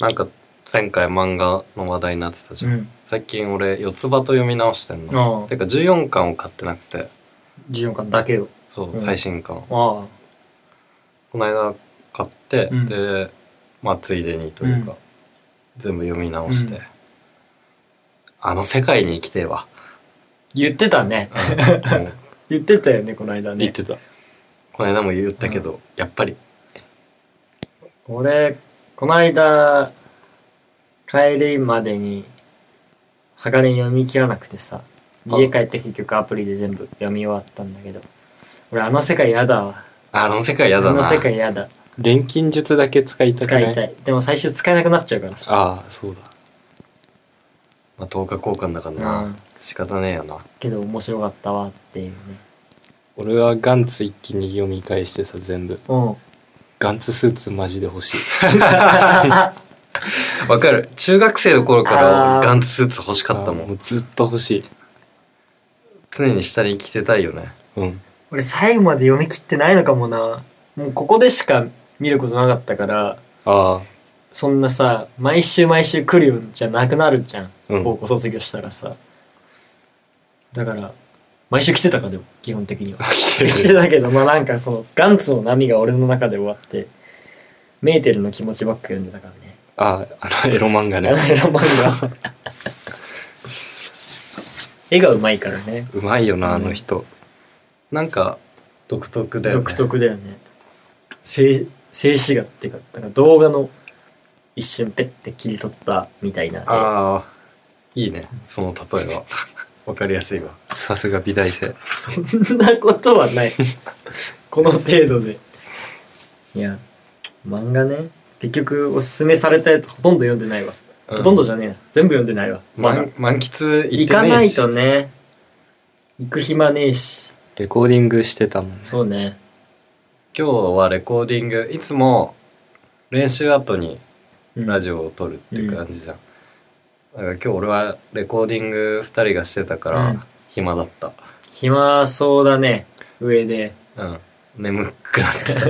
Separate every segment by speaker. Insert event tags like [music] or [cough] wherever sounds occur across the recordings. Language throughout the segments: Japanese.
Speaker 1: なんか前回漫画の話題になってたじゃん、
Speaker 2: ん。
Speaker 1: 最近俺四つ葉と読み直してんの
Speaker 2: ああ
Speaker 1: て。か14巻を買ってなくて
Speaker 2: 14巻だけを。
Speaker 1: そう、
Speaker 2: うん
Speaker 1: 最新巻を
Speaker 2: あ
Speaker 1: この間買って、
Speaker 2: うん
Speaker 1: でまあついでにというか、
Speaker 2: う
Speaker 1: 全部読み直して、
Speaker 2: うん
Speaker 1: あの世界に生きてえわ、
Speaker 2: 言ってたね。
Speaker 1: うんもう
Speaker 2: 言ってたよね、この間
Speaker 1: 言っ
Speaker 2: ね。
Speaker 1: てたこの間も言ったけど、やっぱり
Speaker 2: 俺、この間、帰りまでに、鋼読み切らなくてさ、
Speaker 1: あ
Speaker 2: 家帰って結局アプリで全部読み終わったんだけど、俺あの世界嫌だわ。
Speaker 1: あの世界やだな
Speaker 2: あの世界嫌だ。
Speaker 3: 錬金術だけ使いたく
Speaker 2: 使
Speaker 3: ない
Speaker 2: いたい。でも最終使えなくなっちゃうからさ。
Speaker 1: ああそうだ、まあ、10日交換だからな、
Speaker 2: うん
Speaker 1: 仕方ねえよな
Speaker 2: けど面白かったわっていうね。
Speaker 3: 俺はガンツ一気に読み返してさ全部
Speaker 2: うん。
Speaker 3: ガンツスーツマジで欲しい
Speaker 1: わかる中学生の頃から
Speaker 2: あー
Speaker 1: ガンツスーツ欲しかったも
Speaker 3: あ
Speaker 1: ん
Speaker 3: うずっと欲しい
Speaker 1: 常に下に着てたいよね
Speaker 3: うん
Speaker 2: 俺最後まで読み切ってないのかもなもうここでしか見ることなかったから
Speaker 3: ああ
Speaker 2: そんなさ毎週毎週来るよじゃなくなるじゃん、
Speaker 3: うん
Speaker 2: 高校卒業したらさだから毎週来てたかでも基本的には来てたけどまあなんかそのガンツの波が俺の中で終わってメーテルの気持ちばっか読んでたからね
Speaker 3: [laughs] あああのエロ漫画
Speaker 2: あ
Speaker 3: ね
Speaker 2: のロマンが [laughs] 絵がうまいからね
Speaker 3: うまいよなあの人、
Speaker 1: なんか独特だよね
Speaker 2: 独特だよね静静止画っていうかなんか動画の一瞬ペッて切り取ったみたいな
Speaker 1: ああいいねその例
Speaker 3: [laughs]
Speaker 1: えはわかりやすいわ
Speaker 3: さすが美大生
Speaker 2: そんなことは [laughs] ないこの程度でいや漫画ね結局おすすめされたやつほとんど読んでないわ、ほとんどじゃねえな全部読んでないわまだ
Speaker 1: 満満喫行ってねえし
Speaker 2: 行かないとね行く暇ねえし
Speaker 3: レコーディングしてたもんね
Speaker 2: そうね
Speaker 1: 今日はレコーディングいつも練習後にラジ
Speaker 2: オ
Speaker 1: オを撮るっていう感じじゃん、だから今日俺はレコーディング2人がしてたから
Speaker 2: うん
Speaker 1: 暇だった
Speaker 2: 暇そうだね上で
Speaker 1: うん、眠くなってた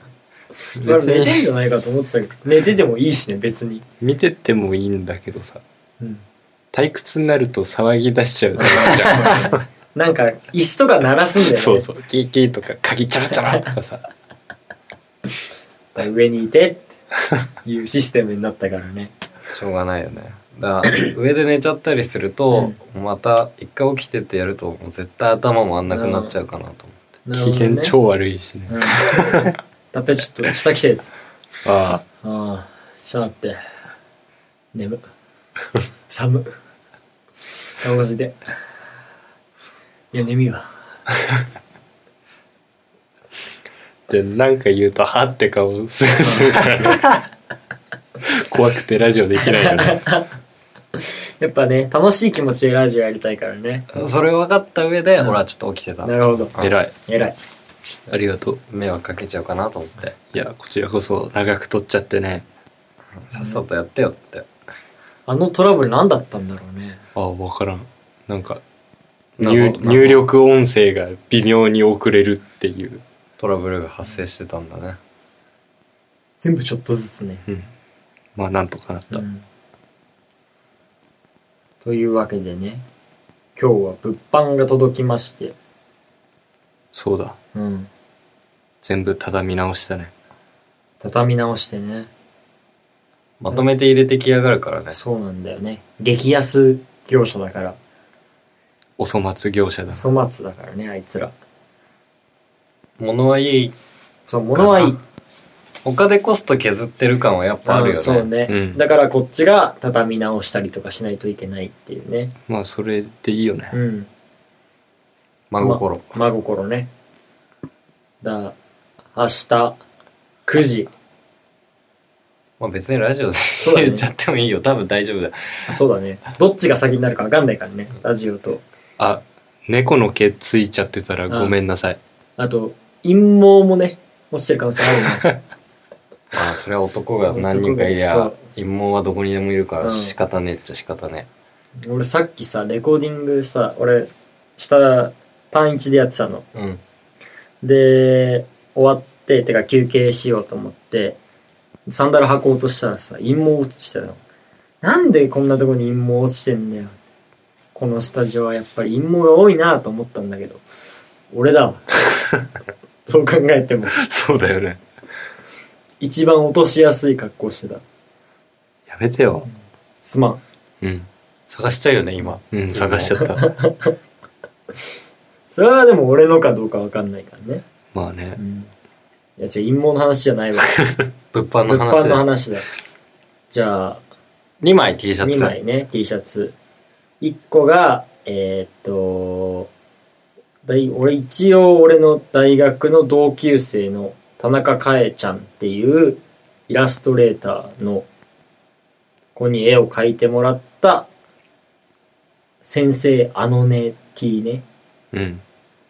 Speaker 1: [laughs]
Speaker 2: 別
Speaker 3: 別
Speaker 2: 寝てん
Speaker 3: に
Speaker 2: じゃないかと思ってたけど寝ててもいいしね別に
Speaker 3: 見ててもいいんだけどさ
Speaker 2: うん
Speaker 3: 退屈になると騒ぎ出しちゃう
Speaker 2: なんか椅子とか鳴らすんだよね
Speaker 3: そうそうキーキーとか鍵チャラチャラとかさ
Speaker 2: 上にいてっていうシステムになったからね
Speaker 1: しょうがないよねだから上で寝ちゃったりすると、また一回起きててやるともう絶対頭回んなくなっちゃうかなと思って、
Speaker 3: 機嫌超悪いしね
Speaker 2: うんだってちょっと下来てる
Speaker 3: あ
Speaker 2: ああちょっと待って眠寒タバコ吸いていや眠いわ
Speaker 3: あでなんか言うとはって顔するするからね怖くてラジオできないよね
Speaker 2: やっぱね楽しい気持ちでラジオやりたいからね
Speaker 1: それを分かった上で、
Speaker 2: うん
Speaker 1: 俺はちょっと起きてた
Speaker 2: なるほど
Speaker 3: 偉い
Speaker 2: 偉い
Speaker 3: ありがとう
Speaker 1: 迷惑かけちゃうかなと思って
Speaker 3: いやこちらこそ長く撮っちゃってね
Speaker 1: さっさとやってよって
Speaker 2: あのトラブル何だったんだろうね
Speaker 3: ああ分からんなんか
Speaker 1: なる
Speaker 3: 入
Speaker 1: ほど
Speaker 3: 入力音声が微妙に遅れるっていう、
Speaker 1: トラブルが発生してたんだね
Speaker 2: 全部ちょっとずつね
Speaker 3: うん、まあなんとかなった、
Speaker 2: うんというわけでね今日は物販が届きまして、
Speaker 3: そうだ
Speaker 2: うん、
Speaker 3: 全部畳み直したね
Speaker 2: 畳み直してね
Speaker 1: まとめて入れてきやがるからね
Speaker 2: そうなんだよね激安業者だから
Speaker 3: お粗末業者だ
Speaker 2: 粗末だからねあいつら
Speaker 1: 物はいい
Speaker 2: そう物はいい
Speaker 1: 他でコスト削ってる感はやっぱあるよ
Speaker 2: うん
Speaker 1: ね
Speaker 2: そうね、
Speaker 3: うん
Speaker 2: だからこっちが畳み直したりとかしないといけないっていうね
Speaker 3: まあそれでいいよね、
Speaker 2: うん
Speaker 1: 真心、
Speaker 2: 真心ねだ明日9時
Speaker 1: まあ別にラジオで [laughs]
Speaker 2: うだね
Speaker 1: 言っちゃってもいいよ多分大丈夫だよ
Speaker 2: あそうだねどっちが先になるか分かんないからねラジオと
Speaker 3: あ猫の毛ついちゃってたらごめんなさい、
Speaker 2: あと、陰謀もね、落ちてる可能性あるね。
Speaker 1: まあそれは [laughs] 男が何人かいり
Speaker 2: 男
Speaker 1: ゃ
Speaker 2: がそう
Speaker 1: 陰謀はどこにでもいるか
Speaker 2: う
Speaker 1: ら
Speaker 2: ん
Speaker 1: 仕方ねえっちゃ仕方ね [laughs]
Speaker 2: 俺さっきさ、レコーディングさ、俺、下、パン1でやってたの。
Speaker 1: えうん
Speaker 2: で、終わって、てか休憩しようと思って、サンダル履こうとしたらさ、陰謀落ちてたの。なんでこんなとこに陰謀落ちてんだよ。このスタジオはやっぱり陰謀が多いなと思ったんだけど、俺 [laughs] だわ。そう考えても、
Speaker 3: そうだよね。
Speaker 2: 一番落としやすい格好してた。
Speaker 3: やめてよ。
Speaker 2: すまん。
Speaker 3: うん。
Speaker 1: 探しちゃうよね今
Speaker 3: うん、探しちゃった。
Speaker 2: それはでも俺のかどうかわかんないからね。
Speaker 3: まあね
Speaker 2: う。ん。いや違う、陰謀の話じゃ [laughs] ないわ。
Speaker 1: 物販
Speaker 2: 物
Speaker 1: の
Speaker 2: 販の
Speaker 1: 話で
Speaker 2: 話だよ。じゃあ、
Speaker 1: 2枚 T シャツ
Speaker 2: 2枚ね T シャツ1個がえーっと大俺一応俺の大学の同級生の田中かえちゃんっていうイラストレーターの子に絵を描いてもらった「先生あのね T ね」
Speaker 3: うん。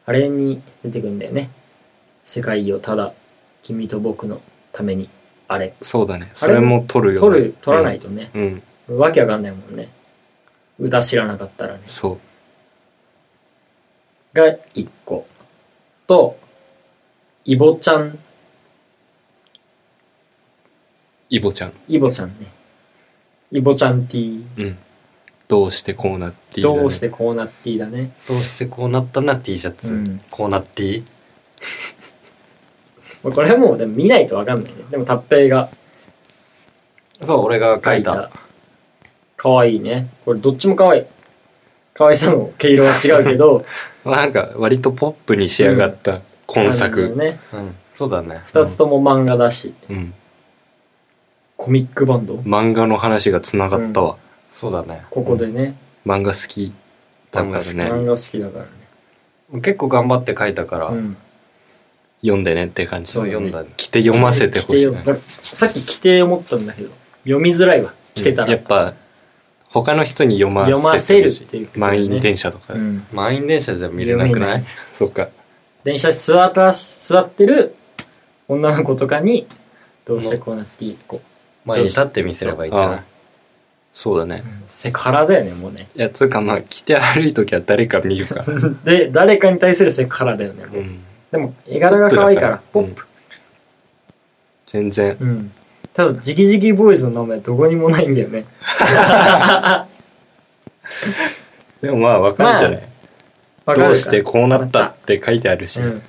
Speaker 2: あれに出てくんだよね「世界をただ君と僕のために」あれ
Speaker 3: そうだね。それも取るよね。
Speaker 2: 取る取らないとね、
Speaker 3: うん。うん。
Speaker 2: わけわかんないもんね歌知らなかったらね
Speaker 3: そう。
Speaker 2: が1個とイボちゃん
Speaker 3: イボちゃん。
Speaker 2: イボちゃんねイボちゃん T
Speaker 3: うん。どうしてこうなっている
Speaker 2: どうしてこうなって T だね
Speaker 1: どうしてこうなったな T シャツ、
Speaker 2: うん
Speaker 1: こうなっていい
Speaker 2: まあこれはもうでも見ないとわかんないねでも達平が
Speaker 1: そう俺が書
Speaker 2: 描
Speaker 1: い
Speaker 2: い
Speaker 1: た
Speaker 2: たかわいいねこれどっちもかわいいかわいさの毛色は違うけど
Speaker 3: なんか割とポップに仕上がった今
Speaker 2: あの
Speaker 3: 作。
Speaker 2: ね
Speaker 1: うんそうだね
Speaker 2: 2つとも漫画だし、
Speaker 3: うん。
Speaker 2: コミックバンド
Speaker 3: 漫画の話が繋がったわ。
Speaker 1: そうだね
Speaker 2: ここでね、
Speaker 3: 漫画好きだから
Speaker 2: 漫
Speaker 3: ね。
Speaker 2: 画好きだからね
Speaker 1: 結構頑張って書いたから、
Speaker 2: うん
Speaker 3: 読んでねって感じ。
Speaker 1: そう読んだね
Speaker 3: 来て読ませてほしいな。
Speaker 2: 規定をさっき規定思ったんだけど読みづらいわ来てた
Speaker 3: うんや
Speaker 2: ら
Speaker 3: っぱ、他の人に読ませて
Speaker 2: 読
Speaker 3: ほし
Speaker 2: ませ
Speaker 3: い
Speaker 2: るっていうことだね
Speaker 3: 満員電車とか。
Speaker 2: うん
Speaker 1: 満員電車じゃ見れなく
Speaker 2: 読め
Speaker 1: な
Speaker 2: ないい
Speaker 3: そっか。
Speaker 2: 電車座った座ってる女の子とかにどうしてこうなっていいこ
Speaker 1: 前に立って見せればいいんじゃな
Speaker 3: あ
Speaker 1: い
Speaker 3: そうだね
Speaker 2: う、。セクハラだよねもう
Speaker 3: [laughs]
Speaker 2: ね
Speaker 3: いや、つうかまあ、着て歩いときは誰か見るから。
Speaker 2: で誰かに対するセクハラだよねも [laughs]
Speaker 3: う。
Speaker 2: うんでも絵柄が可愛いからポ
Speaker 3: ポ
Speaker 2: ッ
Speaker 3: ッ
Speaker 2: プ
Speaker 3: プ全然。
Speaker 2: うんただジキジキボーイズの名前どこにもないんだよね
Speaker 3: でもまあ、わかるじゃない、
Speaker 2: わかる
Speaker 3: ど
Speaker 2: か
Speaker 3: うしてこうなったって書いてあるし。
Speaker 2: う
Speaker 3: うん。
Speaker 2: ん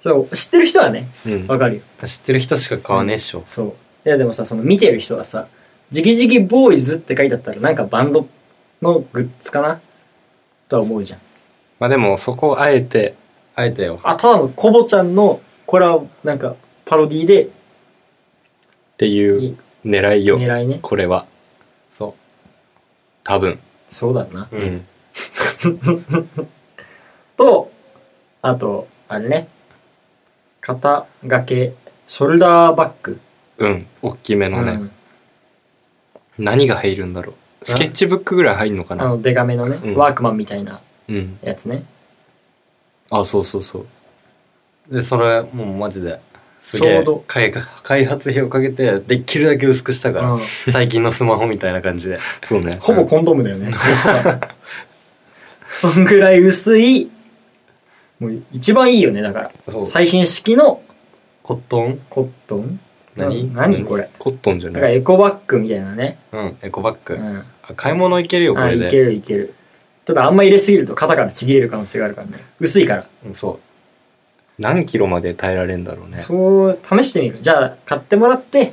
Speaker 2: そう知ってる人はね
Speaker 3: うん
Speaker 2: わかるよ
Speaker 1: 知ってる人しか買わねえっしょ、
Speaker 2: そういやでもさその見てる人はさ「ジキジキボーイズ」って書いてあったらなんかバンドのグッズかなとは思うじゃん
Speaker 3: まあでも、そこをあえて、
Speaker 1: あえてよ
Speaker 2: あただのコボちゃんのこれはなんかパロディで
Speaker 3: っていう狙いよ。
Speaker 2: 狙いね
Speaker 3: これは。
Speaker 1: そ
Speaker 3: 多分。
Speaker 2: そうだな
Speaker 1: う
Speaker 3: う
Speaker 1: うん、
Speaker 3: ん。
Speaker 2: とあとあれね肩掛けショルダーバッグ、
Speaker 3: うん。大きめのね。
Speaker 2: うん
Speaker 3: 何が入るんだろう。スケッチブックぐらい入るのか
Speaker 2: あ
Speaker 3: な
Speaker 2: のデカめのね、
Speaker 3: うん
Speaker 2: ワークマンみたいな
Speaker 3: うん。
Speaker 2: やつね
Speaker 3: あ、そうそうそう。
Speaker 1: でそれもうマジですげ
Speaker 2: ちょ
Speaker 1: え
Speaker 2: うど
Speaker 1: 開開発費をかけてできるだけ薄くしたから、
Speaker 2: うん
Speaker 1: 最近のスマホみたいな感じで
Speaker 3: そうね。
Speaker 2: ほぼコンドームだよね、薄さ [laughs] そんぐらい薄いもう一番いいよねだから
Speaker 1: そう
Speaker 2: 最新式の
Speaker 1: コットン
Speaker 2: コットン
Speaker 1: 何
Speaker 2: な何これ
Speaker 3: コットンじゃ
Speaker 2: なんか
Speaker 3: ない。
Speaker 2: エコバッグみたいなね、
Speaker 1: うんエコバッグ、
Speaker 2: うん、
Speaker 1: あ買い物行けるよこ
Speaker 2: あ
Speaker 1: れ
Speaker 2: い
Speaker 1: で
Speaker 2: けるいけるただあんま入れすぎると肩からちぎれる可能性があるからね薄いから、
Speaker 1: うんそ
Speaker 3: 何キロまで耐えられんだろうね。
Speaker 2: そう試してみるじゃあ買ってもらって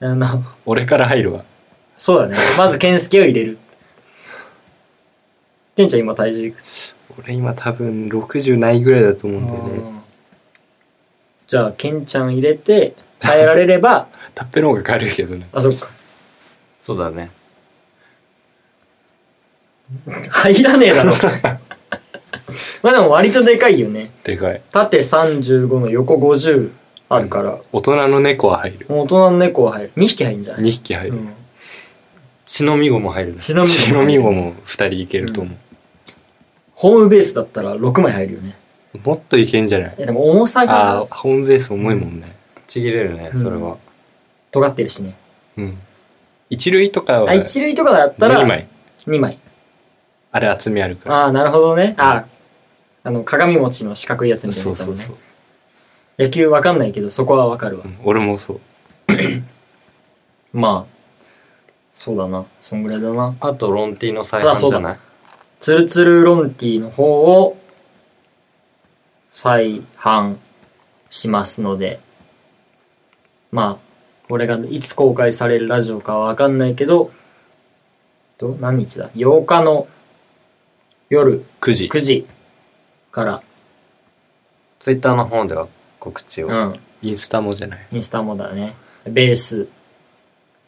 Speaker 2: あの
Speaker 3: 俺から入るわ。
Speaker 2: そうだねまず健介を入れる健ちゃん今体重いくつ
Speaker 3: 俺今多分60ないぐらいだと思うんだよね。
Speaker 2: じゃあ健ちゃん入れて耐えられれ [laughs] ば
Speaker 3: タッペの方が軽いけどね。
Speaker 2: あそっか
Speaker 1: うそうだね
Speaker 2: 入らねえだ [laughs] ろまあでも割とでかいよね
Speaker 3: でかい。
Speaker 2: 縦35の横50あるから、
Speaker 3: 大人の猫は入る。
Speaker 2: もう大人の猫は入る2匹入るんじゃない
Speaker 3: 2匹入
Speaker 2: う
Speaker 3: る。
Speaker 2: ん
Speaker 1: 血のみごも入るね
Speaker 2: ちなみに
Speaker 3: 白身ゴも2人いけると思
Speaker 2: ホームベースだったら6枚入るよね
Speaker 3: う。もっといけんじゃない
Speaker 2: いやでも重さ
Speaker 3: あ
Speaker 2: が
Speaker 3: あ、ホームベース重いもんね。
Speaker 1: ちぎれるね
Speaker 2: うん
Speaker 1: それは、
Speaker 2: 尖ってるしね
Speaker 3: うん。一塁とかは
Speaker 2: あ一類とかだったら
Speaker 3: 2枚。
Speaker 2: 2枚
Speaker 3: あれ厚みあるか
Speaker 2: ああなるほどねあーあの鏡餅の四角いやつ
Speaker 3: ら。
Speaker 2: みたいな
Speaker 3: そう
Speaker 2: やつだ
Speaker 3: そ
Speaker 2: もん
Speaker 3: う
Speaker 2: ね
Speaker 3: そう。
Speaker 2: 野球わかんないけどそこはわかるわ
Speaker 3: うん俺もそう。
Speaker 2: まあ、そうだな。そんぐらいだな。
Speaker 1: あとロンティの再
Speaker 2: あ
Speaker 1: 販
Speaker 2: そう
Speaker 1: じ
Speaker 2: だ
Speaker 1: ゃない
Speaker 2: ツルツルロンティの方を再販しますので、まあ、これがいつ公開されるラジオかはわかんないけど、ど何日だ ?8 日の夜
Speaker 3: 9時
Speaker 2: 9時から、
Speaker 1: ツイッターの方では告知を、
Speaker 2: うん、
Speaker 3: インスタもじゃない
Speaker 2: インスタもだね、ベース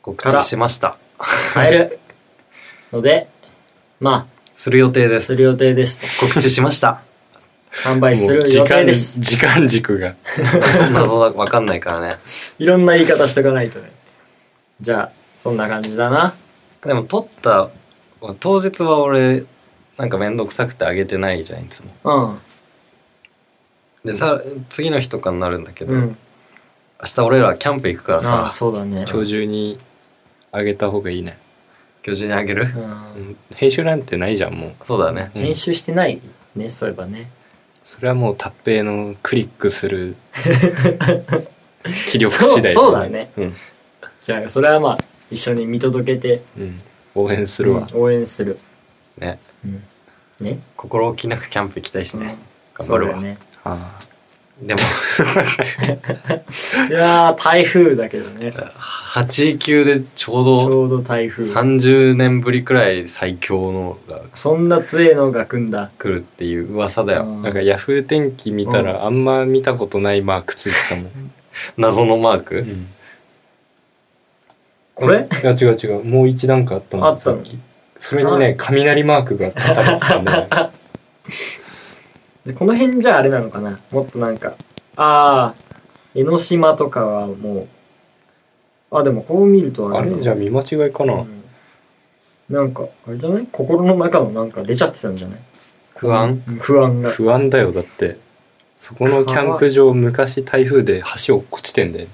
Speaker 1: 告
Speaker 2: から
Speaker 1: 知しました
Speaker 2: 変えるので、まあ、
Speaker 1: する予定です
Speaker 2: す
Speaker 1: す
Speaker 2: る予定ですと。
Speaker 1: 告知しました
Speaker 2: [laughs] 販売す
Speaker 3: も
Speaker 2: る
Speaker 3: う時
Speaker 2: 予定
Speaker 3: 間
Speaker 2: です。
Speaker 3: 時間軸が
Speaker 1: 謎だわかんないからね
Speaker 2: いろんな言い方しとかないとね。じゃあ、そんな感じだな。
Speaker 1: でも撮った当日は俺なんか面倒くさくてあげてないじゃんいつも
Speaker 2: うん。
Speaker 1: でさ次の日とかになるんだけど、
Speaker 2: うん。
Speaker 1: 明日俺らキャンプ行くから
Speaker 2: ああ、
Speaker 1: さ
Speaker 2: そうだね。
Speaker 3: 今日中にあげた方がいいね、
Speaker 1: 巨人にあげる、
Speaker 2: う。
Speaker 3: うんん編集なんてないじゃんもう
Speaker 1: そうだね
Speaker 3: うん
Speaker 2: 編集してないね、そういえばね。
Speaker 3: それはもう達平のクリックす
Speaker 2: [laughs]
Speaker 3: る気力次第
Speaker 2: そうそうだね
Speaker 3: うん、
Speaker 2: じゃあ、それはまあ、一緒に見届けて、
Speaker 3: うん、応援するわ、
Speaker 2: うん応援する。
Speaker 1: ね
Speaker 2: うん。ね。
Speaker 1: 心置きなくキャンプ行きたいしね、
Speaker 2: うん
Speaker 1: 頑張るわ、
Speaker 2: そうだよね。
Speaker 3: あ
Speaker 1: でも
Speaker 2: いやー、台風だけどね。ち
Speaker 1: 8級でちょうど
Speaker 2: ょうど台風。
Speaker 1: 30年ぶりくらい最強のが
Speaker 2: そんな強えのが来んだ。
Speaker 1: 来るっていう噂だよ、
Speaker 2: うん
Speaker 3: あなんかヤフー天気見たらあんま見たことないマークついてたもん、
Speaker 1: 謎のマーク、
Speaker 3: うん
Speaker 2: これ
Speaker 3: いや違う違うもう一段階あったの
Speaker 2: あった
Speaker 3: さ
Speaker 2: の
Speaker 3: っきそれにね雷マークが足されて
Speaker 2: [laughs]
Speaker 3: たんだよね
Speaker 2: でこの辺じゃあれなのかなもっとなんかああ江ノ島とかはもうあでもこう見ると
Speaker 3: あ
Speaker 2: あれ
Speaker 3: れじゃあ見間違いかな、
Speaker 2: うんなんかあれじゃない心の中のなんか出ちゃってたんじゃない
Speaker 1: 不安
Speaker 2: うん不安が
Speaker 3: 不安だよだってそこのキャンプ場昔台風で橋落っこちてんだよね、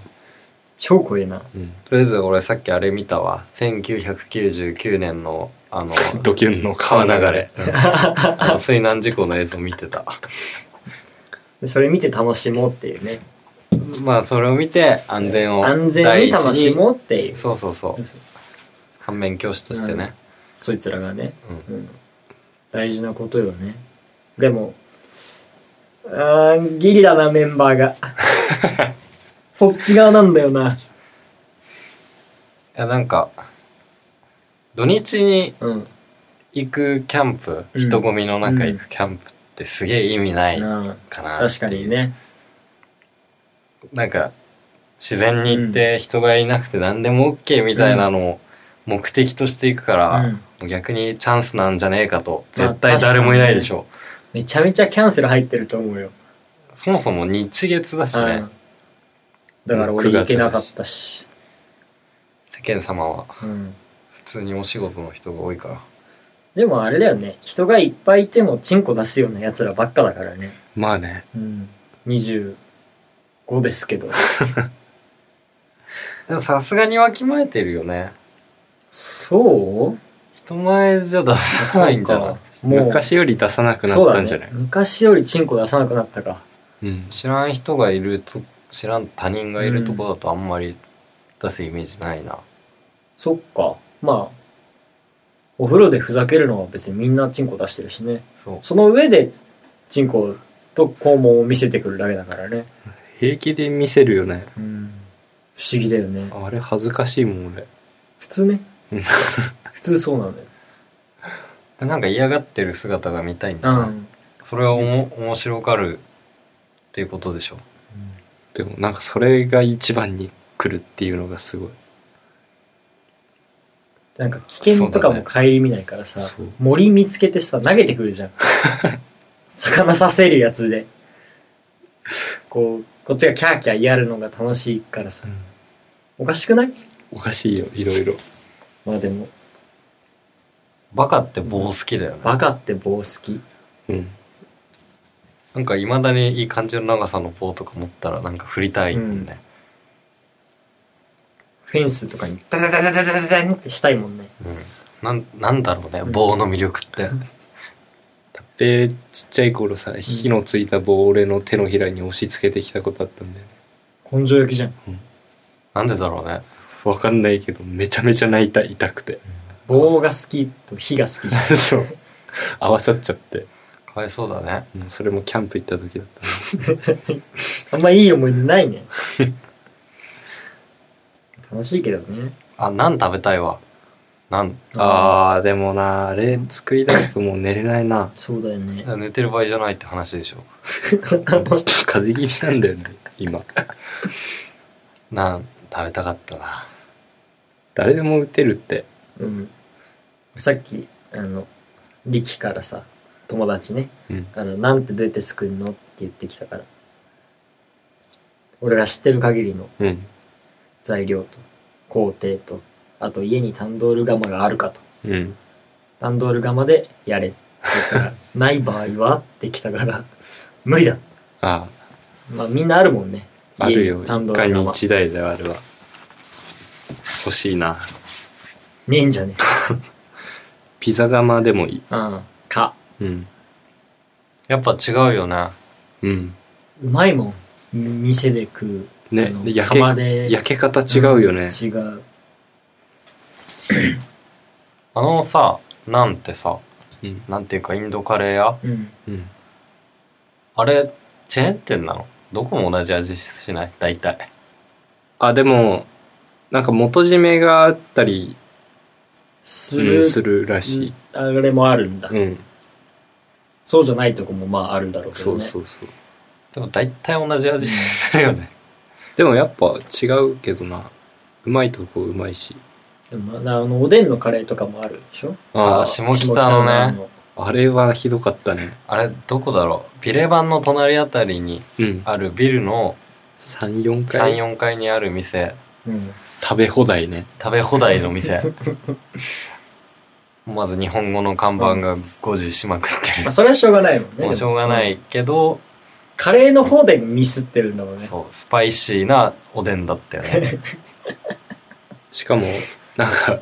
Speaker 2: 超怖えな
Speaker 3: うん、
Speaker 1: とりあえず俺さっきあれ見たわ1999年の
Speaker 2: [laughs]
Speaker 1: あの
Speaker 3: ドキュンの川流れ、
Speaker 1: あの [laughs] 水難事故の映像見てた
Speaker 2: でそれ見て楽しもうっていうね
Speaker 1: まあそれを見て安全を
Speaker 2: 安全に楽し
Speaker 1: う
Speaker 2: もうっていう
Speaker 1: そうそうそう反面教師としてね、
Speaker 2: そいつらがね、
Speaker 1: う
Speaker 2: うん大事なことよねでもあーギリだなメンバーがそっち側なんだよない
Speaker 1: やなんか土日に
Speaker 2: うん
Speaker 1: 行くキャンプ、
Speaker 2: うん
Speaker 1: 人混みの中行くキャンプってすげえ意味ない
Speaker 2: な
Speaker 1: か
Speaker 2: あ
Speaker 1: な
Speaker 2: 確かにね
Speaker 1: なんか自然に行って人がいなくて何でも OK みたいなのを目的としていくから、
Speaker 2: うん
Speaker 1: もう逆にチャンスなんじゃねえかと
Speaker 2: まあ
Speaker 1: 絶対誰もいないでしょ、
Speaker 2: めちゃめちゃキャンセル入ってると思うよ、
Speaker 1: そもそも日月だしね、
Speaker 2: うんだから俺
Speaker 3: 9
Speaker 2: 行
Speaker 3: 月
Speaker 2: けなかったし
Speaker 1: 世間様は
Speaker 2: うん、
Speaker 1: 普通にお仕事の人が多いから
Speaker 2: でもあれだよね人がいっぱいいてもチンコ出すようなやつらばっかだからね、
Speaker 3: まあね
Speaker 2: うん、25ですけど
Speaker 1: でもさすがにわきまえてるよね
Speaker 2: そう
Speaker 1: 人前じゃ出さないんじゃない
Speaker 2: もう
Speaker 3: 昔より出さなくな
Speaker 2: そう
Speaker 3: っ
Speaker 2: だ
Speaker 3: たんじゃな
Speaker 2: ね
Speaker 3: い
Speaker 2: 昔よりチンコ出さなくなったか
Speaker 3: うん
Speaker 1: 知らん人がいると知らん他人がいるとこだとあんまり出すイメージないな、
Speaker 2: そっかまあお風呂でふざけるのは別にみんなチンコ出してるしね
Speaker 1: そう
Speaker 2: その上でチンコと肛門を見せてくるだけだからね、
Speaker 3: 平気で見せるよね
Speaker 2: うん、不思議だよね
Speaker 3: あれ恥ずかしいもん俺
Speaker 2: 普通
Speaker 3: [laughs]
Speaker 2: ね
Speaker 3: うん
Speaker 2: 普通そうなんだよ、
Speaker 1: でなんか嫌がってる姿が見たいんだな、それはおも面白がるっていうことでしょ
Speaker 3: でもなんかそれが一番に来るっていうのがすごい
Speaker 2: なんか危険とかも顧みないからさ、
Speaker 3: そう
Speaker 2: 森見つけてさ投げてくる
Speaker 3: [laughs]
Speaker 2: じゃん魚させるやつでこうこっちがキャーキャーやるのが楽しいからさ、
Speaker 3: うん
Speaker 2: おかしくない
Speaker 3: おかしいよいろいろ
Speaker 2: まあでも
Speaker 1: バカって棒好きだよね
Speaker 2: バカって棒好き
Speaker 3: うん
Speaker 1: なんかいまだにいい感じの長さの棒とか持ったらなんか振りたいもんね、
Speaker 2: フェンスとかにダダダダダダダダンってしたいもんね
Speaker 1: うんなんなんだろうね棒の魅力って
Speaker 3: でちっちゃい頃さ火のついた棒を俺の手のひらに押し付けてきたことあったんだよね
Speaker 2: 根性焼きじゃん
Speaker 1: なんでだろうね
Speaker 3: わかんないけどめちゃめちゃ泣いた痛くて
Speaker 2: 棒が好きと火が好きじゃん
Speaker 3: [laughs] そう合わさっちゃって
Speaker 1: かわいそうだね
Speaker 3: うんそれもキャンプ行った時だったな
Speaker 2: あんまいい思い出ないね楽しいけどね
Speaker 1: あなん食べたいわなん
Speaker 3: [laughs] あーでもなあれ作り出すともう寝れないな [laughs]
Speaker 2: そうだよね
Speaker 1: 寝てる場合じゃないって話でしょ
Speaker 3: ちょっと風邪気味なんだよね今
Speaker 1: なん食べたかったな
Speaker 3: 誰でも打てるって
Speaker 2: うんさっきあの力からさ友達ね
Speaker 3: うん
Speaker 2: あのなんてどうやって作るのって言ってきたから俺が知ってる限りの
Speaker 3: うん
Speaker 2: 材料と工程とあと家にタンドール釜があるかと
Speaker 3: うん
Speaker 2: タンドール釜でやれって言ったらない場合はって来たから [laughs] 無理だ
Speaker 3: あー
Speaker 2: まあみんなあるもんね
Speaker 3: あるよ
Speaker 2: 家にタン
Speaker 3: 一
Speaker 2: ドー
Speaker 3: 家
Speaker 2: ル
Speaker 3: に
Speaker 2: 釜
Speaker 3: 一台であるわ欲しいな
Speaker 2: ねえんじゃね
Speaker 3: ピザ窯でもいい
Speaker 2: えうんか
Speaker 3: うん
Speaker 1: やっぱ違うよね
Speaker 3: うん
Speaker 2: うまいもんみ店で食うあ
Speaker 3: ね
Speaker 2: の
Speaker 3: で焼
Speaker 2: 窯
Speaker 3: け
Speaker 2: で
Speaker 3: 焼け方違うよね、
Speaker 2: 違う
Speaker 1: あのさなんてさ
Speaker 3: うん
Speaker 1: なんていうかインドカレー屋
Speaker 2: うん
Speaker 3: うん
Speaker 1: あれチェーン店なのどこも同じ味しない大体
Speaker 3: あでもなんか元締めがあったり
Speaker 2: す
Speaker 3: う
Speaker 2: る
Speaker 3: んするらしい
Speaker 2: あれもあるんだ、
Speaker 3: うん
Speaker 2: そうじゃないとこもまああるだろうけ
Speaker 3: そ
Speaker 2: ど
Speaker 3: う
Speaker 2: ね
Speaker 3: そうそう
Speaker 1: でも大体同じ味するよね [laughs]
Speaker 3: でもやっぱ違うけどなうまいとこうまいし
Speaker 2: でもまああのおでんのカレーとかもあるでしょ
Speaker 1: あー
Speaker 3: あ
Speaker 1: 下北のね
Speaker 2: の
Speaker 3: あれはひどかったね
Speaker 1: あれどこだろうビレバンの隣あたりに
Speaker 3: うん
Speaker 1: あるビルの
Speaker 3: 34回
Speaker 1: 34階にある店
Speaker 2: うん
Speaker 3: 食べ放題ね
Speaker 1: 食べ放題の店まず日本語の看板が誤字しまくって
Speaker 2: まあ、それはしょうがないもんね
Speaker 1: るもうしょうがないいけど、
Speaker 2: カレーの方でミスってるんだもんね
Speaker 1: そうスパイシーなおでんだったよね
Speaker 3: しかもなんか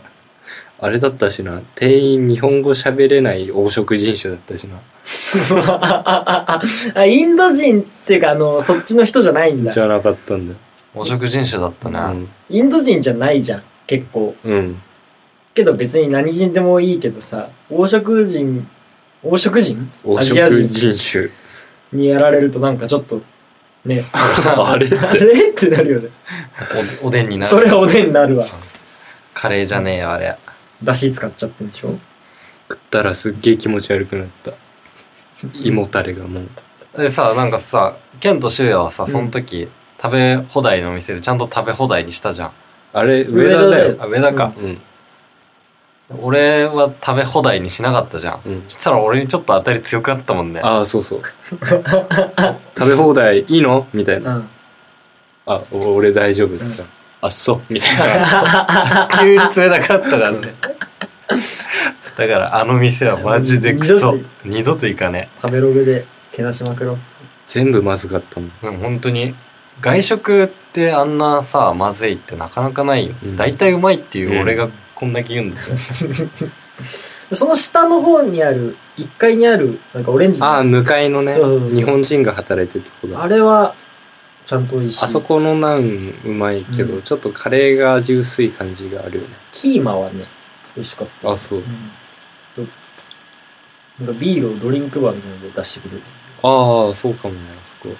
Speaker 3: あれだったしな店員日本語喋れない黄色人種だったしな
Speaker 2: [laughs] あインド人っていうかあのそっちの人じゃないんだ
Speaker 3: じゃなかったんだよ
Speaker 1: [laughs] お食人種だったな、
Speaker 2: インド人じゃないじゃん結構
Speaker 3: うん、うん、
Speaker 2: けど別に何人でもいいけどさ黄色人黄色人
Speaker 3: 黄
Speaker 2: アジア
Speaker 3: 色
Speaker 2: 人
Speaker 3: 人種
Speaker 2: にやられるとなんかちょっとね
Speaker 3: [laughs] あれ
Speaker 2: あれってなるよね
Speaker 1: おおでんにな
Speaker 2: それ
Speaker 1: る
Speaker 2: はおでんになるわ
Speaker 1: カレーじゃねえよあれ
Speaker 2: だし使っちゃってんでしょ
Speaker 3: 食ったらすっげえ気持ち悪くなった胃もたれがもう
Speaker 1: でさなんかさケンとシュウヤはさその時、食べ放題の店でちゃんと食べ放題にしたじゃん
Speaker 3: あれ上田だよ
Speaker 1: あ上田か、
Speaker 3: うん
Speaker 1: 俺は食べ放題にしなかったじゃん
Speaker 3: うん
Speaker 1: したら俺にちょっと当たり強かったもんね
Speaker 3: ああそうそう食べ放題いいのみたいな
Speaker 2: うん
Speaker 3: あ、お俺大丈夫でした。あ、そう、みたい
Speaker 2: [laughs]
Speaker 3: な。
Speaker 1: 急に冷たかったからねだからあの店はマジでクソ二度と行かね
Speaker 2: 食べログでけなしまくろう
Speaker 3: 全部まずかったもん。
Speaker 1: えうん本当に外食ってあんなさまずいってなかなかないよ、
Speaker 3: うん
Speaker 1: 大体うまいっていううん俺がこんだけ言うんだよ、
Speaker 2: その下の方にある1階にあるなんかオレンジの
Speaker 3: あ、向かいのね
Speaker 2: そうそうそう、
Speaker 3: 日本人が働いてるとこだ。
Speaker 2: あれはちゃんと美味しい
Speaker 3: あそこのナンうまいけ
Speaker 2: う
Speaker 3: ど、
Speaker 2: ん
Speaker 3: ちょっとカレーが味薄い感じがあるよね。
Speaker 2: キーマはね美味しかった
Speaker 3: あ、そう。
Speaker 2: うんとなんかビールをドリンクバーみたいなので出してくれる
Speaker 3: ああ、そうかもね、あそこ。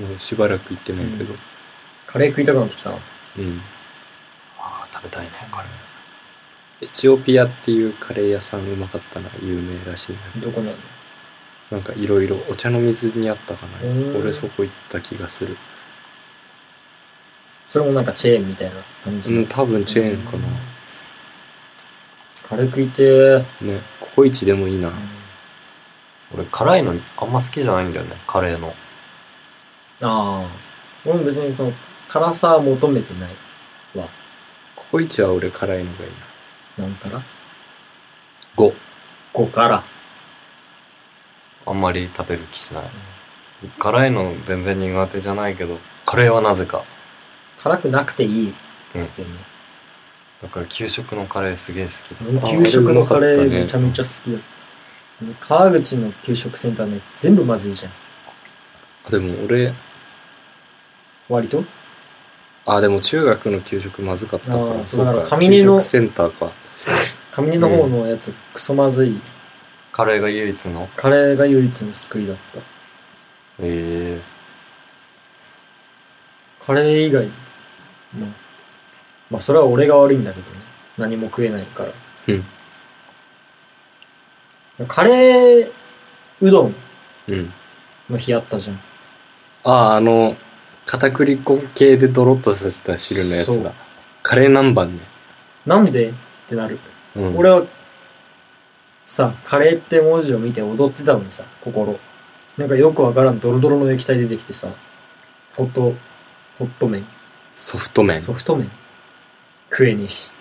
Speaker 3: もうしばらく行ってないけど。
Speaker 2: カレー食いたくなってきたな
Speaker 3: うん。
Speaker 1: [laughs] ああ食べたいねこれ
Speaker 3: エチオピアっていうカレー屋さんうまかったな、有名らしいな。
Speaker 2: どこにある
Speaker 3: なんかいろいろお茶の水にあったか
Speaker 2: へ
Speaker 3: な。
Speaker 2: ー
Speaker 3: 俺そこ行った気がする。
Speaker 2: それもなんかチェーンみたいな感じ
Speaker 3: う
Speaker 2: の
Speaker 3: ん、多分チェーンかな。
Speaker 2: カレー食いてー、
Speaker 3: ね、ココイチでもいいな。
Speaker 1: 俺辛いのあんま好きじゃないんだよねカレーの
Speaker 2: ああ俺も別にその辛さは求めてない
Speaker 3: ココイチは俺辛いのがいいな。
Speaker 2: なんから
Speaker 3: 5。
Speaker 2: 5から
Speaker 1: あんまり食べる気しない、辛いの全然苦手じゃないけどカレーはなぜか
Speaker 2: 辛くなくていいよ
Speaker 1: うん
Speaker 2: ね、
Speaker 1: だから給食のカレーすげえ好きだ
Speaker 2: 俺
Speaker 3: あ
Speaker 2: 給食のカレ
Speaker 3: あれうまかった
Speaker 2: ー
Speaker 3: ね
Speaker 2: めちゃめちゃ好きだった、川口の給食センターのやつ全部まずいじゃん
Speaker 3: あでも俺、
Speaker 2: 割と
Speaker 3: あでも中学の給食まずかったか
Speaker 2: あ
Speaker 3: ら
Speaker 2: ー
Speaker 3: そう
Speaker 2: だから
Speaker 3: か
Speaker 2: 上
Speaker 3: 給
Speaker 2: 根の
Speaker 3: 食センターか
Speaker 2: 上根の方のやつ、クソまずい
Speaker 1: カレーが唯一の
Speaker 2: カレーが唯一の救いだった
Speaker 1: え
Speaker 2: カレー以外まあまあそれは俺が悪いんだけどね何も食えないから
Speaker 3: うん
Speaker 2: カレーうどん
Speaker 3: うん
Speaker 2: の日あったじゃん
Speaker 3: あああの片栗粉系でドロッとさせた汁のや
Speaker 2: そ
Speaker 3: つ
Speaker 2: う
Speaker 3: だカレー南蛮ね、
Speaker 2: なんでってなる、
Speaker 3: うん、
Speaker 2: 俺はさカレーって文字を見て踊ってたのにさ心なんかよくわからんドロドロの液体出てきてさホットホット麺
Speaker 3: ソフト麺
Speaker 2: ソフト麺食えねえし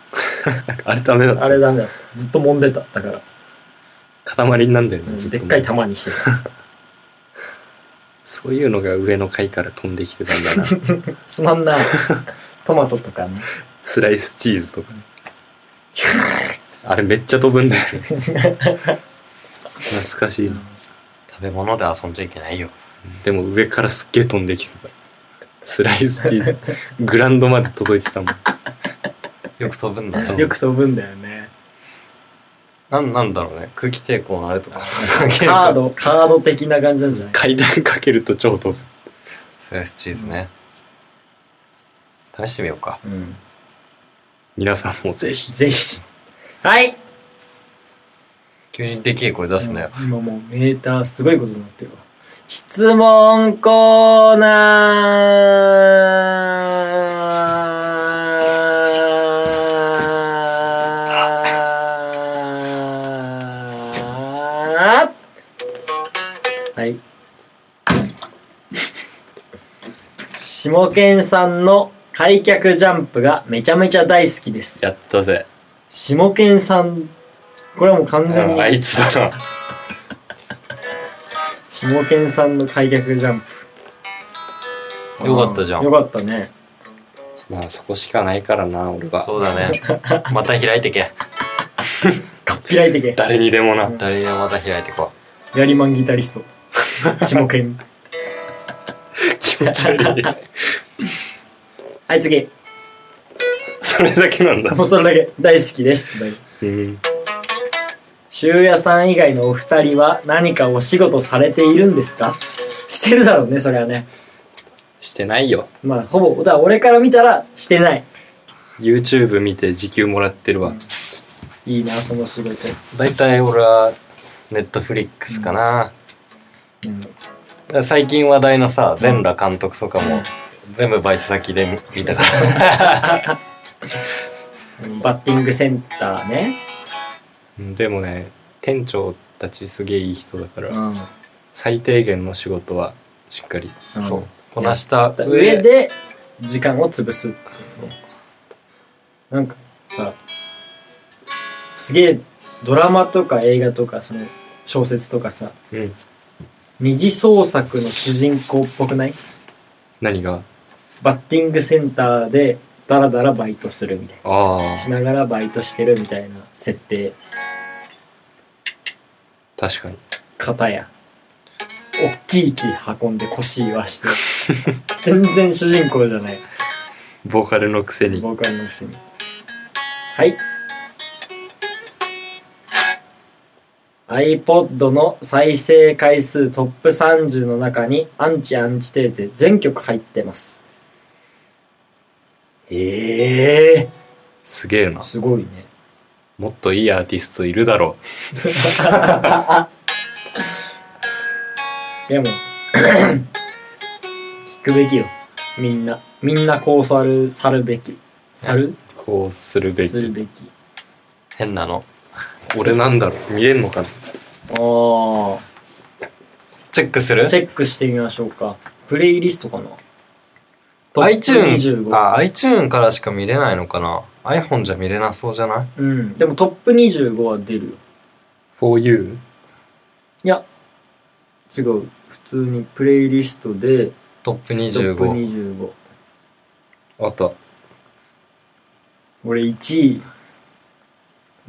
Speaker 3: あれダメだった
Speaker 2: あれダメだったずっと揉んでただから
Speaker 3: 塊になんだよ
Speaker 2: う
Speaker 3: ね
Speaker 2: ん
Speaker 3: ず
Speaker 2: で
Speaker 3: と
Speaker 2: っかい玉にしてた
Speaker 3: そういうのが上の階から飛んできてたん
Speaker 2: [laughs]
Speaker 3: だな
Speaker 2: すまんなトマトとかね
Speaker 3: スライスチーズとかねあれめっちゃ飛ぶんだ
Speaker 2: [laughs]
Speaker 3: よね懐かしいな
Speaker 1: 食べ物で遊んじゃいけないよ
Speaker 3: でも上からすっげえ飛んできてたスライスチーズグランドまで届いてたもん
Speaker 1: よく飛ぶんだ
Speaker 2: よく飛ぶんだよね
Speaker 1: なんなんだろうね空気抵抗のあれとか
Speaker 2: カードカード的な感じなんじゃない
Speaker 3: 階段かけると超飛ぶ
Speaker 1: スライスチーズね、試してみようか
Speaker 2: うん
Speaker 3: 皆さんもぜひ
Speaker 2: ぜひはい
Speaker 1: 急にでけえ声出すなよ、
Speaker 2: うん今もうメーターすごいことになってるわ。質問コーナーはい。下健さんの開脚ジャンプがめちゃめちゃ大好きです。
Speaker 3: やったぜ
Speaker 2: 下健さん、これはもう完全に。
Speaker 3: あいつだな
Speaker 2: 下健さんの開脚ジャンプ
Speaker 1: よかったじゃん
Speaker 2: よかったね
Speaker 3: まあそこしかないからな俺は
Speaker 1: そうだねまた開いてけ
Speaker 2: かっぴらいてけ
Speaker 3: 誰にでもな、
Speaker 2: うん
Speaker 1: 誰にもまた開いてこ
Speaker 2: やりまんギタリ
Speaker 1: [laughs]
Speaker 2: スト下健
Speaker 3: 気持ち悪い
Speaker 2: はい次
Speaker 3: それだけなんだ
Speaker 2: もうそれだけ大好きですってだけ
Speaker 3: うん
Speaker 2: 修也さん以外のお二人は何かお仕事されているんですかしてるだろうねそれはね
Speaker 3: してないよ
Speaker 2: まあほぼだから俺から見たらしてない
Speaker 3: YouTube 見て時給もらってるわ、
Speaker 2: いいなその仕事、
Speaker 1: う大体俺はネットフリックスかな、
Speaker 2: うん、
Speaker 1: だから最近話題のさ全裸監督とかも全部バイト先で見たから
Speaker 2: バッティングセンターね、
Speaker 3: うんでもね店長たちすげえいい人だから、
Speaker 2: うん
Speaker 3: 最低限の仕事はしっかり
Speaker 1: そうこなした
Speaker 2: 上
Speaker 1: 上で
Speaker 2: で時間を潰すなんかさすげえドラマとか映画とかその小説とかさ
Speaker 3: うん
Speaker 2: 二次創作の主人公っぽくない
Speaker 3: 何が
Speaker 2: バッティングセンターでダラダラバイトするみたい
Speaker 3: ああ
Speaker 2: なしながらバイトしてるみたいな設定
Speaker 3: 確かに
Speaker 2: 方やおっきい木運んで腰言わして
Speaker 3: [laughs]
Speaker 2: 全然主人公じゃない
Speaker 3: ボーカルのくせに
Speaker 2: ボーカルのくせにはい iPod の再生回数トップ30の中に「アンチアンチテーゼ」全曲入ってますええ
Speaker 3: すげえな
Speaker 2: すごいね
Speaker 3: もっといいアーティストいるだろ
Speaker 2: でも [coughs] 聞くべきよみんなみんなこうさる去るべき去る
Speaker 3: うこうするべ
Speaker 2: する
Speaker 3: き
Speaker 2: べき
Speaker 1: 変なの
Speaker 3: 俺なんだろう見れんのかな
Speaker 2: ああ
Speaker 1: チェックする
Speaker 2: チェックしてみましょうか。プレイリストかな。
Speaker 1: iTune
Speaker 2: 25。
Speaker 1: あ iTune からしか見れないのかな iPhone じゃ見れなそうじゃない
Speaker 2: うん。でもトップ25は出るよ。[laughs]
Speaker 3: For you?
Speaker 2: いや、違う。普通にプレイリストで、
Speaker 1: トップ
Speaker 2: トップ
Speaker 1: 25
Speaker 2: 25。
Speaker 3: あった
Speaker 2: 俺1位、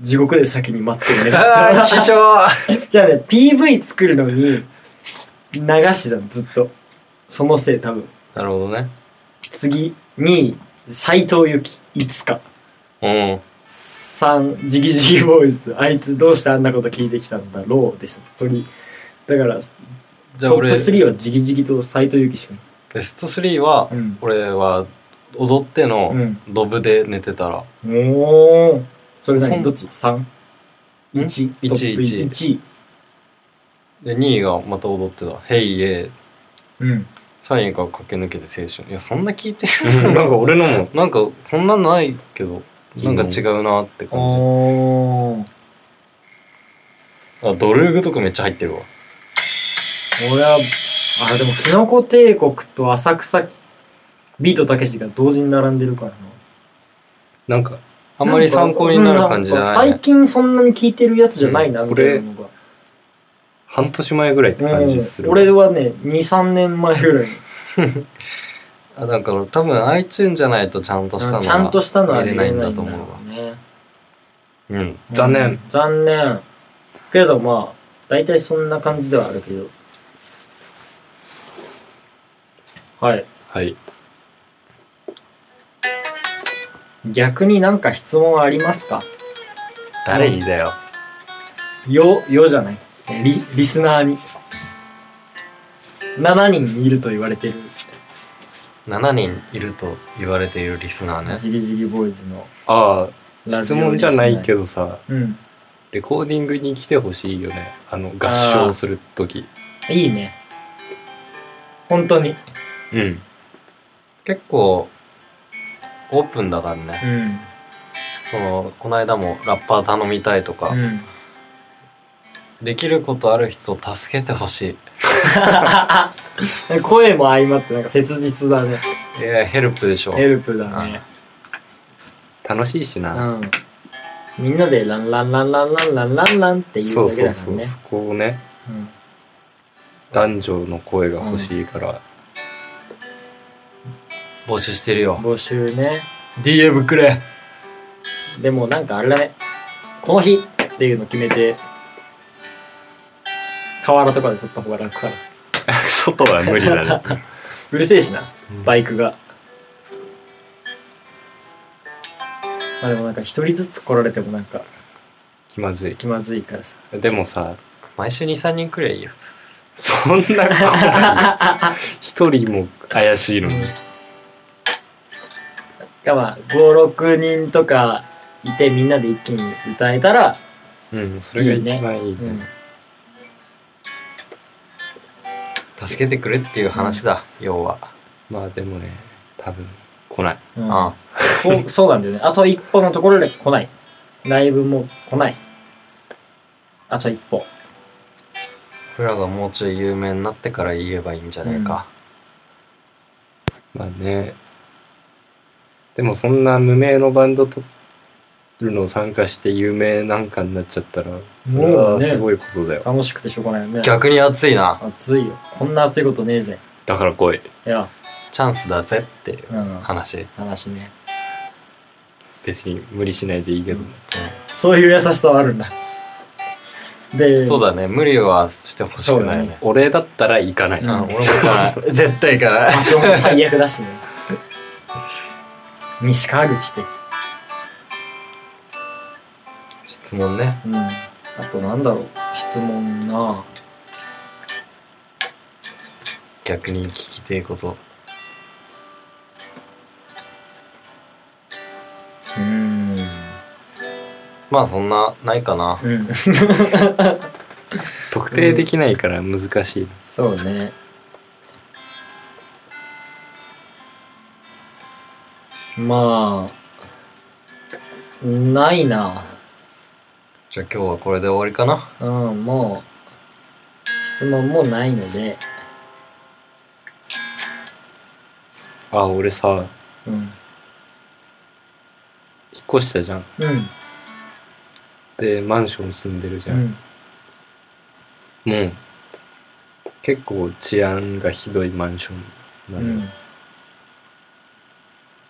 Speaker 2: 地獄で先に待ってる
Speaker 1: [laughs]
Speaker 2: ね。
Speaker 1: ああ気象
Speaker 2: [laughs] じゃあね、PV 作るのに、流してたの、ずっと。そのせい、多分。
Speaker 1: なるほどね
Speaker 2: 次、 2位、斎藤由貴、いつか。
Speaker 1: うん。
Speaker 2: 3、ジギジギボーイズ、あいつどうしてあんなこと聞いてきたんだろうです。鳥。だから、
Speaker 1: じゃあ
Speaker 2: トップ
Speaker 1: 俺、ベ
Speaker 2: 3はジギジギと斎藤由貴しか
Speaker 1: スト3は、
Speaker 2: ない。うん。
Speaker 1: 俺は踊って
Speaker 2: う
Speaker 1: の
Speaker 2: ん。
Speaker 1: ドブで寝てたら、
Speaker 2: おー。それ
Speaker 1: そん
Speaker 2: 何どっち ?3?1。1
Speaker 1: 一一
Speaker 2: 1。
Speaker 1: で2位がまた踊ってた「ヘイエー
Speaker 2: うん。」
Speaker 1: 3位が駆け抜けて青春いやそんな聞いて
Speaker 3: うんなんか俺のも
Speaker 1: [laughs] なんかそんなのないけどなんか違うなって感
Speaker 2: おー。
Speaker 1: じあドルーグとかめっちゃ入ってるわ
Speaker 2: 俺は、あ、でも、キノコ帝国と浅草、ビートたけしが同時に並んでるからな。
Speaker 3: なんか
Speaker 1: あんまり参考になる感じじゃ
Speaker 2: ん
Speaker 1: ない、
Speaker 2: か最近そんなに聞いてるやつじゃないな、
Speaker 3: うん
Speaker 2: みたいなのが。
Speaker 3: 半年前ぐらいって感じす
Speaker 2: うん
Speaker 3: る、
Speaker 2: 俺はね、2、3年前ぐらいに。
Speaker 1: あだから多分 iTune じゃないとちゃんとしたのは
Speaker 2: ちゃんとしたのは
Speaker 1: 見れ
Speaker 2: 見
Speaker 1: ない
Speaker 2: れ
Speaker 1: ん
Speaker 2: な
Speaker 1: だ
Speaker 2: いん
Speaker 1: と
Speaker 2: だろ
Speaker 1: 思うわ
Speaker 2: うね。
Speaker 1: うん
Speaker 3: 残念
Speaker 2: うん残念。けどまあ、大体そんな感じではあるけど。はい。
Speaker 3: はい
Speaker 2: 逆になんか質問ありますか
Speaker 1: 誰にだよ
Speaker 2: よ、よじゃない。リ、リスナーに。7人いると言われてる、
Speaker 1: 7人いると言われているリスナーね
Speaker 2: ジギジギボーイズの
Speaker 3: ああ
Speaker 2: ラ
Speaker 3: 質
Speaker 2: ジオ
Speaker 3: 問
Speaker 2: リス
Speaker 3: じ
Speaker 2: ナー
Speaker 3: ゃないけどさ
Speaker 2: うん。
Speaker 3: レコーディングに来てほしいよねあの合唱する時
Speaker 2: いいね。本当に。
Speaker 3: うん
Speaker 1: 結構オープンだからね、
Speaker 2: ん。
Speaker 1: そのこの間もラッパー頼みたいとか、
Speaker 2: うん。
Speaker 1: できることある人を助けてほし
Speaker 2: [laughs] 声も相まってなんか切実だね。
Speaker 1: いいやヘルプでしょ
Speaker 2: ヘルプだね。
Speaker 3: 楽しいし
Speaker 2: う
Speaker 3: な、
Speaker 2: ん。みんなでランランランランランランランランって言
Speaker 3: そうう
Speaker 2: だけ
Speaker 3: そ
Speaker 2: だ
Speaker 3: う
Speaker 2: か
Speaker 3: そ
Speaker 2: ら
Speaker 3: う、
Speaker 2: ね。
Speaker 3: そこをね
Speaker 2: うん
Speaker 3: 男女の声が欲しいから、
Speaker 1: 募集してるよ
Speaker 2: 募集ね。
Speaker 1: DM くれ
Speaker 2: でもなんかあれだね。この日っていうの決めて、河原とかで撮った方が楽かな。
Speaker 3: [laughs] 外は無理だね
Speaker 2: [laughs] うるせえしな、バイクが。まあでもなんか一人ずつ来られてもなんか
Speaker 3: 気まずい
Speaker 2: 気まずいからさ。
Speaker 3: でもさ
Speaker 1: 毎週23人くれいいよ
Speaker 3: そんなこと
Speaker 2: [laughs]
Speaker 3: 一人も怪しいのに
Speaker 2: がまあ56人とかいてみんなで一気に歌えたら、
Speaker 3: うんそれが一番いいね
Speaker 2: うん、
Speaker 1: 助けてくれっていう話だ、要は
Speaker 3: まあでもね多分来ない
Speaker 2: うん
Speaker 1: ああ
Speaker 2: こうそうなんだよね。あと一歩のところで来ない。ライブも来ない。あと一歩。
Speaker 1: 俺らがもうちょい有名になってから言えばいいんじゃねえか、
Speaker 3: まあねでもそんな無名のバンドとの参加して有名なんかになっちゃったらそれ
Speaker 2: も
Speaker 3: は
Speaker 2: うね
Speaker 3: すごいことだよ、
Speaker 2: 楽しくてしょうがないよね。
Speaker 1: 逆に熱いな
Speaker 2: 暑いよ。こんな暑いことねえぜ。
Speaker 3: だから来い
Speaker 2: いや、
Speaker 1: チャンスだぜっていう
Speaker 2: うん、
Speaker 1: 話
Speaker 2: 話ね。
Speaker 3: 別に無理しないでいいけど、
Speaker 2: うんそういう優しさはあるんだ。で、
Speaker 1: そうだね無理はしてほしくないね
Speaker 3: 俺だったら行かない、
Speaker 2: う
Speaker 1: うん
Speaker 2: だね
Speaker 1: ん、俺も行か
Speaker 2: [laughs]
Speaker 1: ない絶対行かない
Speaker 2: 場所も最悪だしね。 [laughs] 西川口で。
Speaker 1: 質問ね
Speaker 2: うん。あとなんだろう。質問なあ
Speaker 1: 逆に聞きてえこと
Speaker 2: うーん。
Speaker 1: まあそんなないかな
Speaker 2: うん。
Speaker 3: 特定できないから難しい、
Speaker 2: そうね。まあ、ないな。
Speaker 1: じゃあ今日はこれで終わりかな
Speaker 2: うん、もう、質問もないので、
Speaker 3: あ俺さ
Speaker 2: うん。うん。
Speaker 3: 引っ越したじゃんでマンション住んでるじ
Speaker 2: う
Speaker 3: ゃん、
Speaker 2: ん。
Speaker 3: もう結構治安がひどいマンション
Speaker 2: う
Speaker 3: なのよ
Speaker 2: ん。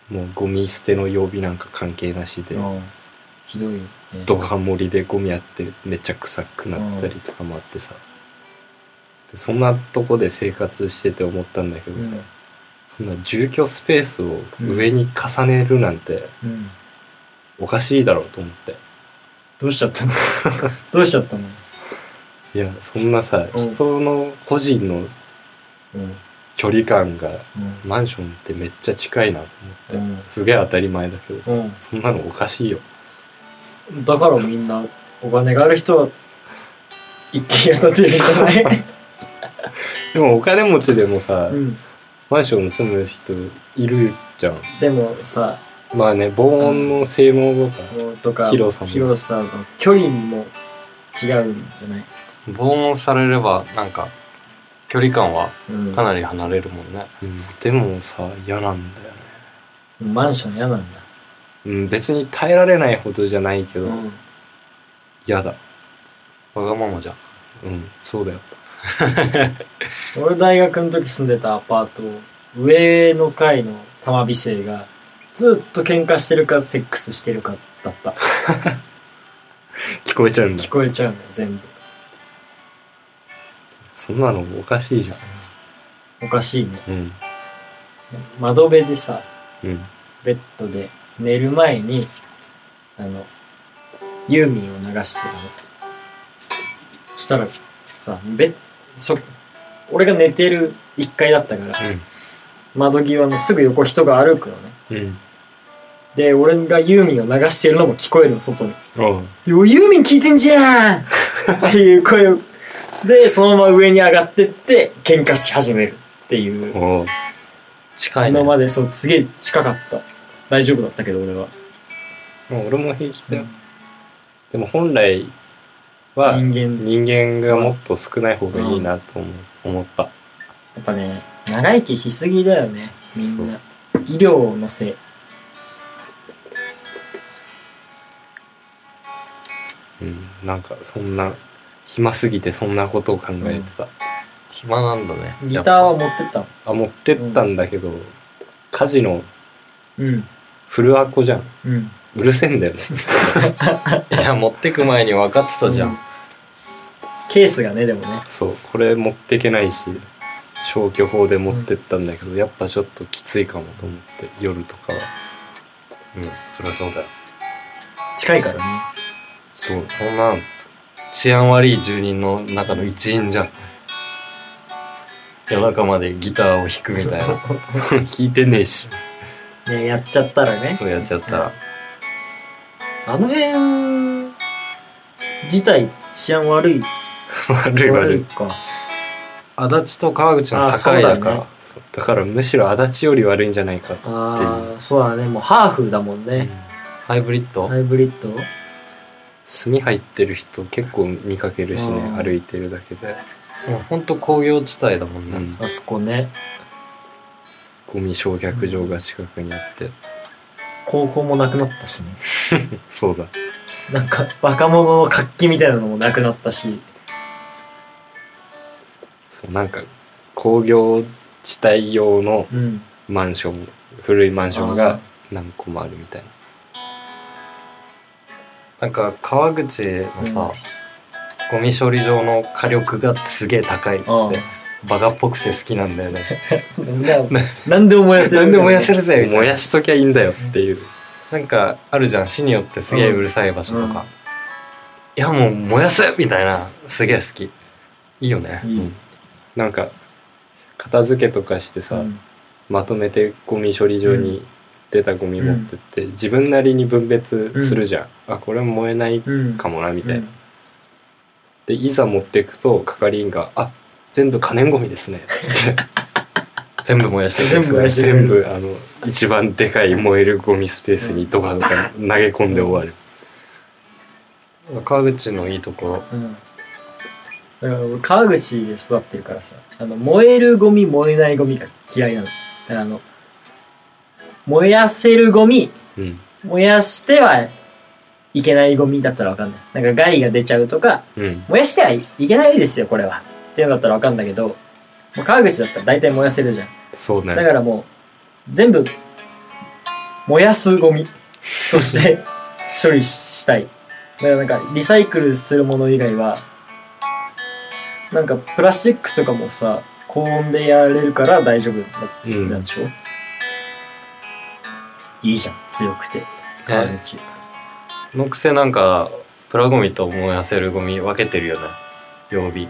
Speaker 3: もうゴミ捨ての曜日なんか関係なしで、
Speaker 2: うんひどいよね。
Speaker 3: ドカ盛りでゴミあってめっちゃ臭くなったりとかもあってさ、でそんなとこで生活してて思ったんだけどさ、
Speaker 2: うん
Speaker 3: そんな住居スペースを上に重ねるなんて
Speaker 2: うん。
Speaker 3: おかしいだろうと思って。
Speaker 2: どうしちゃったの [laughs] どうしちゃったの
Speaker 3: いや、そんなさ、
Speaker 2: うん
Speaker 3: 人の個人の
Speaker 2: うん。
Speaker 3: 距離感が
Speaker 2: うん
Speaker 3: マンションってめっちゃ近いなと
Speaker 2: う
Speaker 3: 思っ
Speaker 2: ん
Speaker 3: て。すげえ当たり前だけどさ、
Speaker 2: う
Speaker 3: そんなのおかしいよ。
Speaker 2: ん。だからみんな、お金がある人は、一軒家建てるんじゃない
Speaker 3: でもお金持ちでもさ、
Speaker 2: うん。
Speaker 3: マンションに住む人いるじゃん。
Speaker 2: でもさ、
Speaker 3: まあね、防音の性能とか、
Speaker 2: こうとか、
Speaker 3: 広さも
Speaker 2: 広さの距離も違うんじゃない
Speaker 1: 防音されればなんか距離感は
Speaker 2: うん。
Speaker 1: かなり離れるもんね、
Speaker 3: うんでもさ、嫌なんだよね。
Speaker 2: マンション嫌なんだ。
Speaker 3: うん、別に耐えられないほどじゃないけど、
Speaker 2: うん。
Speaker 3: 嫌だ。
Speaker 1: わがままじゃん
Speaker 3: うん、そうだよ。
Speaker 2: 俺大学の時住んでたアパート上の階の玉美生がずっと喧嘩してるかセックスしてるかだった
Speaker 3: 聞こえちゃうんだ
Speaker 2: 聞。こえちゃうのよ全部
Speaker 3: そんなのおかしいじゃん。
Speaker 2: おかしいね
Speaker 3: うん、
Speaker 2: 窓辺でさ
Speaker 3: うん、
Speaker 2: ベッドで寝る前にあのユーミンを流してたのそしたらさベッそ俺が寝てる1階だったから窓際のすぐ横人が歩くのね
Speaker 3: うん、うん。
Speaker 2: で俺がユーミンを流してるのも聞こえるの外に
Speaker 3: おう
Speaker 2: でおユーミン聞いてんじゃんっていう声をで、そのまま上に上がってって、喧嘩し始めるっていう。
Speaker 3: おう
Speaker 1: 近いね
Speaker 2: 今までそう、すげえ近かった。大丈夫だったけど、俺は。
Speaker 3: もう俺も平気だよ。でも本来は
Speaker 2: 人間、や
Speaker 3: 人間がもっと少ない方がいいなと思う思った。
Speaker 2: っぱね、長生きしすぎだよね、みんな。医療のせい。
Speaker 3: うん、なんかそんな、暇すぎてそんなことを考えてた。
Speaker 1: 暇なんだね
Speaker 2: ギタ
Speaker 1: やっぱ
Speaker 2: ーは持ってったの。
Speaker 3: あ、持ってったんだけど、家事の
Speaker 2: うん。
Speaker 3: フルアコじゃん。
Speaker 2: うん。
Speaker 3: うるせえんだよね。
Speaker 1: いや持ってく前に分かってたじゃん、
Speaker 2: うケースがね、でもね。
Speaker 3: そう、これ持ってけないし、消去法で持ってったんだけど、やっぱちょっときついかもと思って、夜とかは。
Speaker 1: うんそりゃそうだよ
Speaker 2: 近いからね。
Speaker 3: そう、 [laughs] そんなん、
Speaker 1: 治安悪い住人の中の一員じゃん夜中までギターを弾くみたいな
Speaker 3: 聞いてねえ [laughs] し。
Speaker 2: ね、やっちゃったらね。
Speaker 1: そうやっちゃったら
Speaker 2: あの辺、自体治安悪い。
Speaker 3: 悪い悪い。
Speaker 2: か。
Speaker 1: 足立と川口の
Speaker 2: あ
Speaker 1: 境
Speaker 2: そうだ
Speaker 1: だ
Speaker 2: ね
Speaker 1: から
Speaker 3: そうだからむしろ足立より悪いんじゃないかって
Speaker 2: ああ、そうだね。もうハーフだもん
Speaker 3: いう
Speaker 2: ね。
Speaker 1: ハイブリッド、
Speaker 2: ハイブリッド
Speaker 3: 炭入ってる人結構見かけるしね
Speaker 2: うん
Speaker 3: 歩いてるだけで
Speaker 1: もうほんと工業地帯だもんね、
Speaker 3: うん
Speaker 2: あそこね。
Speaker 3: ゴミ焼却場が近くにあって
Speaker 2: 高校もなくなったしね。
Speaker 3: そうだ
Speaker 2: なんか、若者の活気みたいなのもなくなったし。
Speaker 3: そうなんか工業地帯用の
Speaker 2: うん。
Speaker 3: マンション古いマンション
Speaker 2: あ
Speaker 3: が何個もあるみたいな
Speaker 1: なんか川口のさ、ゴミ処理場の火力がすげえ高いって
Speaker 2: あ
Speaker 1: バカっぽくて好きなんだ
Speaker 2: [laughs]
Speaker 1: よね
Speaker 2: なんだよ。なんでも燃やせる。
Speaker 1: 何でもやせ
Speaker 2: る。
Speaker 1: るぜみたい
Speaker 3: 燃やしときゃいいんだよっていう
Speaker 1: ななんかあるじゃん市によってすげえうるさい場所とか、
Speaker 2: うんうん
Speaker 1: いやもう燃やせみたいなすげえ好きいいよね
Speaker 2: いい。
Speaker 3: なんか片付けとかして
Speaker 2: う
Speaker 3: さ
Speaker 2: ん
Speaker 3: まとめてゴミ処理場
Speaker 2: う
Speaker 3: に出たゴミ持ってって自分なりに分別するじゃんあこれ燃えない
Speaker 2: うん。
Speaker 3: かもなみたいな
Speaker 2: うん。
Speaker 3: でいざ持っていくと係員が「あ全部可燃ゴミですね」
Speaker 1: 全部燃やしてくれる
Speaker 2: 全部燃やしてくれ
Speaker 3: [laughs]
Speaker 2: る
Speaker 3: 全部あの一番でかい燃えるゴミスペースにドカドカ投げ込んで終わる、
Speaker 1: 川口のいいところ
Speaker 2: うん。だから俺、川口で育ってるからさ、あの、燃えるゴミ、燃えないゴミが嫌いなの。だからあの、燃やせるゴミ、
Speaker 3: うん
Speaker 2: 燃やしてはいけないゴミだったらわかんない。なんか害が出ちゃうとか、
Speaker 3: うん
Speaker 2: 燃やしてはいけないですよ、これは。っていうのだったらわかんだけど、もう川口だったら大体燃やせるじゃん。
Speaker 3: そうね
Speaker 2: だからもう、全部、燃やすゴミとして [laughs] 処理したい。だからなんか、リサイクルするもの以外は、なんかプラスチックとかもさ、高音でやれるから大丈夫だっ
Speaker 3: う
Speaker 2: なん
Speaker 3: ん
Speaker 2: でしょ、いいじゃん強くてカーネチ
Speaker 1: のくせなんかプラゴミと燃やせるゴミ分けてるよね曜日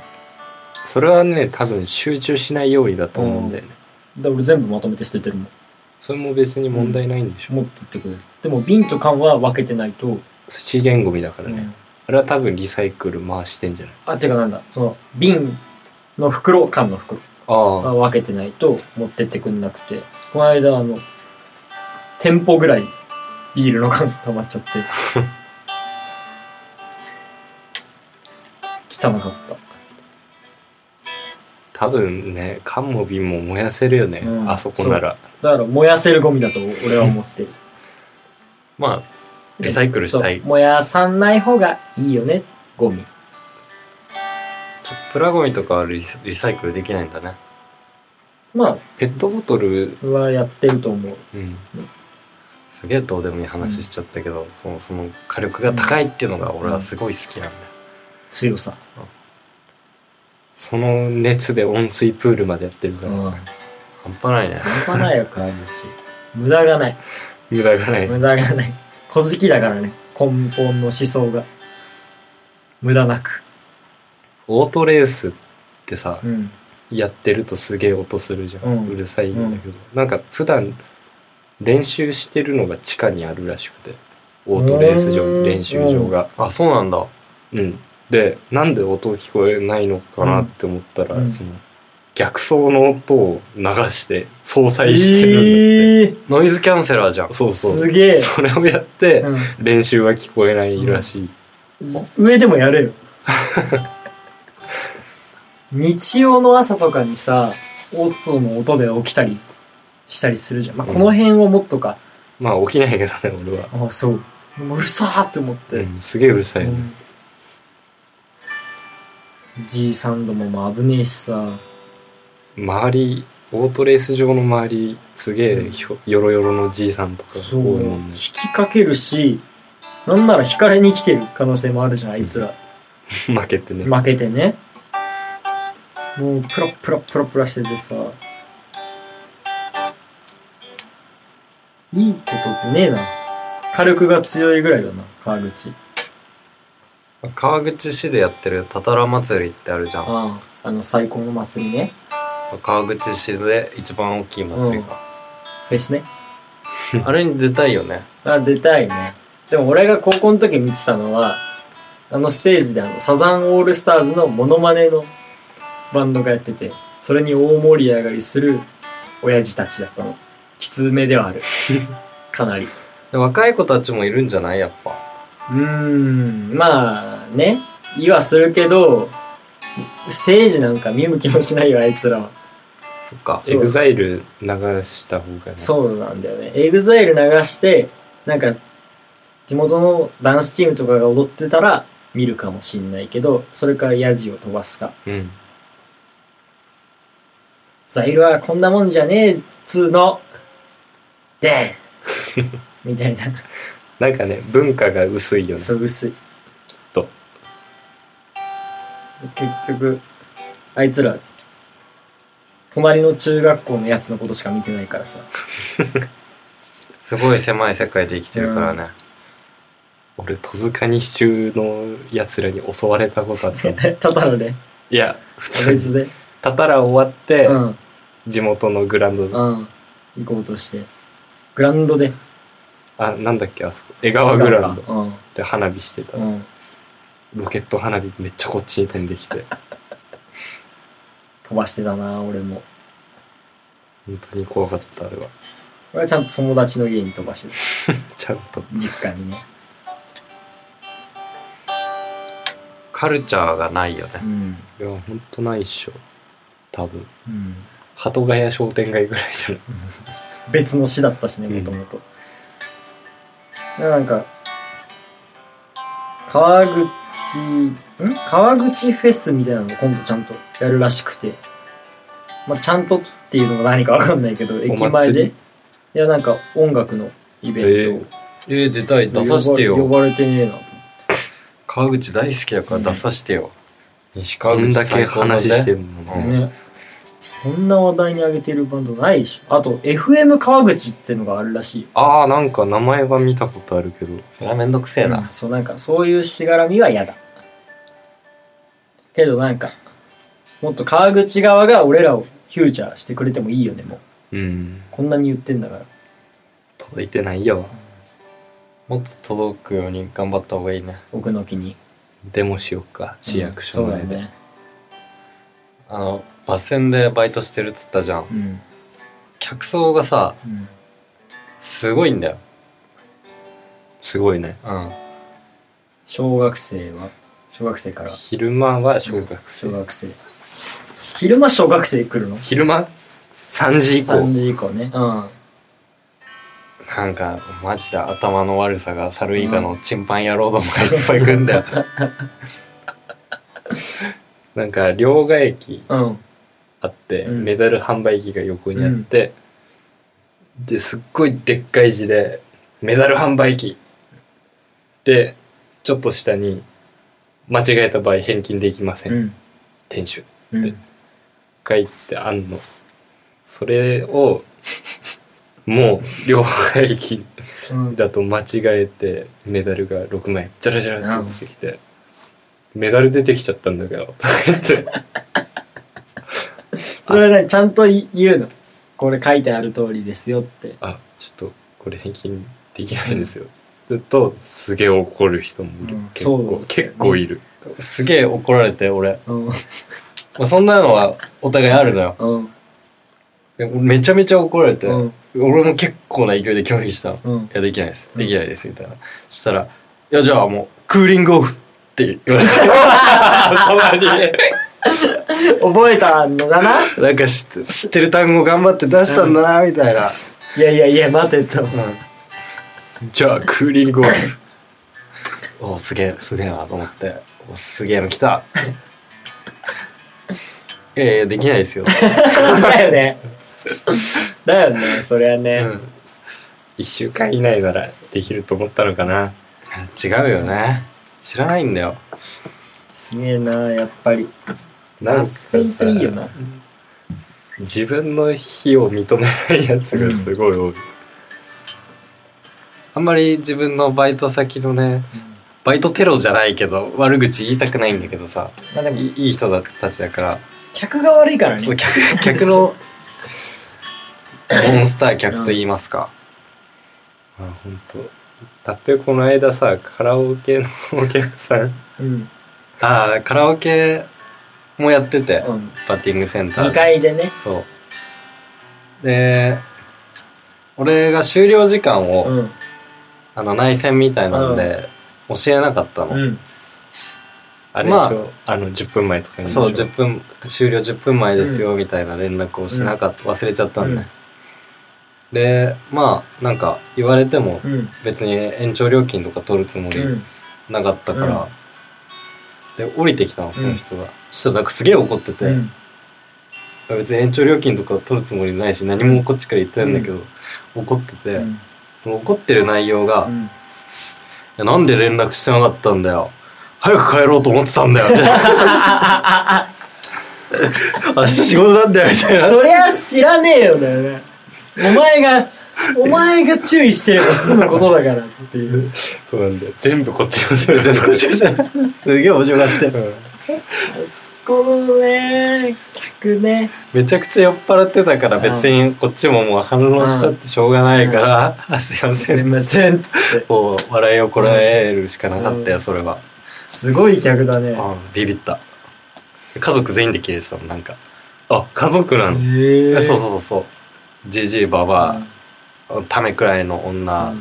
Speaker 3: それはね多分集中しないようにだと思うんだよね、
Speaker 2: だから俺全部まとめて捨ててるもん
Speaker 3: それも別に問題ないんでしょ、
Speaker 2: 持ってってくれるでも瓶と缶は分けてないと、
Speaker 3: 資源ゴミだからね、
Speaker 2: うん
Speaker 3: あれは多分リサイクル回してんじゃない
Speaker 2: あてかなんだその瓶の袋缶の袋
Speaker 3: あ
Speaker 2: は分けてないと持ってってくんなくてこの間あの店舗ぐらいビールの缶溜まっちゃって [laughs] 汚かった
Speaker 3: 多分ね缶も瓶も燃やせるよね、
Speaker 2: うん
Speaker 3: あそこなら
Speaker 2: だから燃やせるゴミだと俺は思ってる
Speaker 1: [laughs] まあリサイクルしたい
Speaker 2: そう燃やさない方がいいよねゴミ
Speaker 1: プラゴミとかはリスリサイクルできないんだね
Speaker 2: ま
Speaker 3: ペットボトル、
Speaker 2: あはやってると思う
Speaker 3: うん、
Speaker 1: すげえどうでもいい話しちゃったけど、そのその火力が高いっていうのが俺はすごい好きなんだよ、
Speaker 2: 強さ、
Speaker 3: その熱で温水プールまでやってるから、
Speaker 2: うん
Speaker 1: 半端ないね
Speaker 2: 半端ないよ川口無駄がない
Speaker 3: 無駄がない
Speaker 2: 無駄がない小好きだからね根本の思想が無駄なく
Speaker 3: オートレースってさ
Speaker 2: う、ん
Speaker 3: やってるとすげえ音するじゃん、う
Speaker 2: うん
Speaker 3: るさいんだけど、なんか普段練習してるのが地下にあるらしくてオートレース
Speaker 2: うー
Speaker 3: 場
Speaker 2: ん
Speaker 3: 練習場が
Speaker 1: あそうなんだ
Speaker 3: うんでなんで音聞こえないのかなって思ったら、
Speaker 2: うん
Speaker 3: その逆走の音を流して相殺してるんだって、
Speaker 2: えー
Speaker 1: ノイズキャンセラーじゃん
Speaker 3: そうそう
Speaker 2: すげえ
Speaker 3: それをやって、
Speaker 2: う
Speaker 3: 練習は聞こえないらしい、
Speaker 2: ん上でもや
Speaker 3: [laughs]
Speaker 2: れよ日曜の朝とかにさ音の音で起きたりしたりするじゃん、まあ、この辺をもっとか、
Speaker 3: まあ起きないけどね俺は、
Speaker 2: あそうもううるさーって思って、
Speaker 3: うん、すげえうるさいよね、
Speaker 2: G サンドもまあ危ねえしさ
Speaker 3: 周りオートレース場の周りすげえひょよろよろのじいさんとか多
Speaker 2: そ
Speaker 3: いうもん
Speaker 2: 引
Speaker 3: ね
Speaker 2: きかけるしなんなら引かれに来てる可能性もあるじゃんあいつら
Speaker 3: 負けてね、
Speaker 2: 負けてねもうプラプラプラプラしててさいいことってねえな火力が強いぐらいだな川口
Speaker 1: 川口市でやってるたたら祭りってあるじゃん
Speaker 2: あああの最高の祭りね
Speaker 1: 川口市で一番大きい祭りが、
Speaker 2: フェスね
Speaker 1: あれに出たいよね
Speaker 2: あ出たいねでも俺が高校の時見てたのはあのステージであのサザンオールスターズのモノマネのバンドがやっててそれに大盛り上がりする親父たちだったのきつめではあ [laughs] るかなり
Speaker 1: で若い子たちもいるんじゃないやっぱ
Speaker 2: うーんまあね言いはするけどステージなんか見向きもしないよあいつらは
Speaker 1: そっか
Speaker 2: そ
Speaker 3: エ
Speaker 2: う
Speaker 3: グザイル流した方がね
Speaker 2: そうなんだよね。エグザイル流して、なんか、地元のダンスチームとかが踊ってたら見るかもしんないけど、それからヤジを飛ばすか。
Speaker 3: うん
Speaker 2: ザイルはこんなもんじゃねえっつーの。で
Speaker 3: [laughs]
Speaker 2: みたいな。
Speaker 3: なんかね文化が薄いよね
Speaker 2: そう、薄い。
Speaker 3: きっと
Speaker 2: 結局、あいつら、隣の中学校のやつのことしか見てないからさ。 [laughs]
Speaker 1: すごい狭い世界で生きてるからね、
Speaker 3: 俺戸塚西中のやつらに襲われたこと
Speaker 2: [laughs]
Speaker 3: あったの
Speaker 2: ただのね、
Speaker 3: いや普通に
Speaker 2: 別で。
Speaker 3: たたら終わって、
Speaker 2: うん。
Speaker 3: 地元のグラウンドで
Speaker 2: うん。行こうとして。グラウンドで。
Speaker 3: あなんだっけあそこ江川グラウンド
Speaker 2: うん。
Speaker 3: で花火してた、
Speaker 2: うん。
Speaker 3: ロケット花火めっちゃこっちに飛んできて
Speaker 2: 飛ばしてたな俺も
Speaker 3: 本当に怖かったあれは
Speaker 2: 俺はちゃんと友達の家に飛ばしてる
Speaker 3: ちゃんと
Speaker 2: 実家にね
Speaker 1: カルチャーがないよね
Speaker 2: うん、
Speaker 3: いや、ほんとないっしょ。多分。
Speaker 2: うん、
Speaker 3: 鳩ヶ谷商店街ぐらいじゃない。
Speaker 2: 別の市だったしね
Speaker 3: うん
Speaker 2: もともとなんか川口ん川口フェスみたいなのを今度ちゃんとやるらしくてまあちゃんとっていうのが何かわかんないけど駅前で
Speaker 3: り
Speaker 2: いやなんか音楽のイベン
Speaker 1: えー、出たい
Speaker 2: トを
Speaker 1: 出さして
Speaker 2: 呼ば
Speaker 1: よ
Speaker 2: 呼ばれてねえな
Speaker 1: 川口大好きだから出さしてよ、西
Speaker 3: こ
Speaker 1: 川
Speaker 3: ん
Speaker 1: 口
Speaker 3: だ
Speaker 1: 最
Speaker 3: け
Speaker 1: 高だぜ
Speaker 3: 話してんのね。
Speaker 2: ねこんな話題に上げてるバンドないでしょあと FM 川口ってのがあるらしいよ
Speaker 3: ああなんか名前は見たことあるけど
Speaker 1: それはめんどくせえな、
Speaker 2: うんそうなんかそういうしがらみは嫌だけどなんかもっと川口側が俺らをフューチャーしてくれてもいいよねもう
Speaker 3: うん
Speaker 2: こんなに言ってんだから
Speaker 3: 届いてないよ
Speaker 1: もっと届くように頑張った方がいいね
Speaker 2: 奥の木に
Speaker 3: デモしようか市役所
Speaker 2: うん
Speaker 3: 前
Speaker 2: そうだ
Speaker 3: で、
Speaker 2: よね
Speaker 1: あのバス線でバイトしてるっつったじゃん
Speaker 2: うん、
Speaker 1: 客層がさ
Speaker 2: うん、
Speaker 1: すごいんだよ
Speaker 3: すごいね
Speaker 1: うん
Speaker 2: 小学生は小学生から
Speaker 3: 昼間は小学生、
Speaker 2: 小学生昼間小学生来るの
Speaker 3: 昼間3時以
Speaker 2: 3
Speaker 3: 降
Speaker 2: 時以降ねうん
Speaker 1: なんかマジで頭の悪さが猿以下のチンパン野郎どもがいっぱい来るんだよ
Speaker 3: なんか両替機
Speaker 2: うん
Speaker 3: あって、
Speaker 2: うん
Speaker 3: メダル販売機が横にあって、ですっごいでっかい字で「メダル販売機」でちょっと下に「間違えた場合返金できません、
Speaker 2: うん
Speaker 3: 店主
Speaker 2: うん
Speaker 3: で書いてあんのそれをもう両替機
Speaker 2: うん
Speaker 3: だと間違えてメダルが6枚ジャラジャラって出てきて「メダル出てきちゃったんだけど」とか言って
Speaker 2: それはねちゃんと言うのこれ書いてある通りですよって
Speaker 3: あちょっとこれ返金できないですよ、ずっとすげえ怒る人もいる、
Speaker 2: うん
Speaker 3: 結
Speaker 2: そ
Speaker 3: 構、
Speaker 2: う
Speaker 3: 結構いる、
Speaker 1: [laughs] すげえ怒られて俺、
Speaker 2: うん
Speaker 1: まあ、そんなのはお互いあるのよ
Speaker 2: うん
Speaker 1: でめちゃめちゃ怒られて、
Speaker 2: うん
Speaker 1: 俺も結構な勢いで拒否したの
Speaker 2: うん
Speaker 1: いやできないです
Speaker 2: うん
Speaker 1: できないですみたいな、そしたら「いやじゃあもうクーリングオフ」って言わ
Speaker 2: [laughs]
Speaker 1: れて [laughs] 頭に
Speaker 2: 覚えたのだな
Speaker 1: なんか知って知ってる単語頑張って出したんだなみたいな、
Speaker 2: いやいやいや待てと
Speaker 3: じゃあクーリングオフ
Speaker 1: うん、 [laughs] おすげえすげえなと思っておすげえの来たいやいやできないですよ、
Speaker 2: だよねだよねそりゃ
Speaker 3: う
Speaker 2: ね
Speaker 3: ん、1週間以内ならできると思ったのかな
Speaker 1: 違うよね知らないんだよ
Speaker 2: すげえなやっぱり
Speaker 3: なん
Speaker 2: 脱
Speaker 3: かさ
Speaker 2: 線っていいよな
Speaker 3: 自分の非を認めないやつがすごい多い、
Speaker 1: あんまり自分のバイト先のねバイトテロじゃないけど悪口言いたくないんだけどさ
Speaker 2: まあで
Speaker 1: い
Speaker 2: も
Speaker 1: いい人だたちだから
Speaker 2: 客が悪いから
Speaker 1: そう
Speaker 2: ね
Speaker 1: 客客のモンスター客と言いますか、
Speaker 3: あ本当。だってこの間さカラオケのお客さん
Speaker 2: うん
Speaker 1: ああカラオケもやってて、
Speaker 2: うん
Speaker 1: バッティングセンター
Speaker 2: 2
Speaker 1: で
Speaker 2: 階でね
Speaker 1: そうで俺が終了時間を、
Speaker 2: うん
Speaker 1: あの内戦みたいなんで、教えなかったの、
Speaker 2: うん
Speaker 3: あれでしょ、あの10分前とかにでしょ
Speaker 1: そう10分終了10分前ですよ、みたいな連絡をしなかった忘れちゃったんで、
Speaker 2: うん
Speaker 1: でまあなんか言われても
Speaker 2: うん
Speaker 1: 別に延長料金とか取るつもり
Speaker 2: うん
Speaker 1: なかったから、で降りてきたのその人が、そしたらなんかすげえ怒ってて、
Speaker 2: うん
Speaker 1: 別に延長料金とか取るつもりないし何もこっちから言ってないんだけど、怒ってて、
Speaker 2: うん
Speaker 1: その怒ってる内容が、
Speaker 2: う
Speaker 1: い
Speaker 2: ん
Speaker 1: やなんで連絡してなかったんだよ早く帰ろうと思ってたんだよ」って [laughs] 明日仕事なんだよ」みたいな
Speaker 2: そりゃ知らねえよだよねお前がお前が注意してれば済むことだからっていう
Speaker 3: そうなんだよ全部こっちのせい
Speaker 1: [laughs]
Speaker 3: で
Speaker 1: すげえ面白かったよ
Speaker 2: そこのね客ね
Speaker 1: めちゃくちゃ酔っ払ってたから別にこっちももう反論したってしょうがないから「あ [laughs] すいますせ
Speaker 2: い
Speaker 1: ん
Speaker 2: ませんっつって」
Speaker 1: こう笑いをこらえるしかなかったよ
Speaker 2: うん
Speaker 1: それは、
Speaker 2: すごい客だね
Speaker 1: うんビビった家族全員で消えてたのなんか、
Speaker 3: あ家族なの
Speaker 2: ええ
Speaker 1: そうそうそうそうじじいばばあためくらいの女、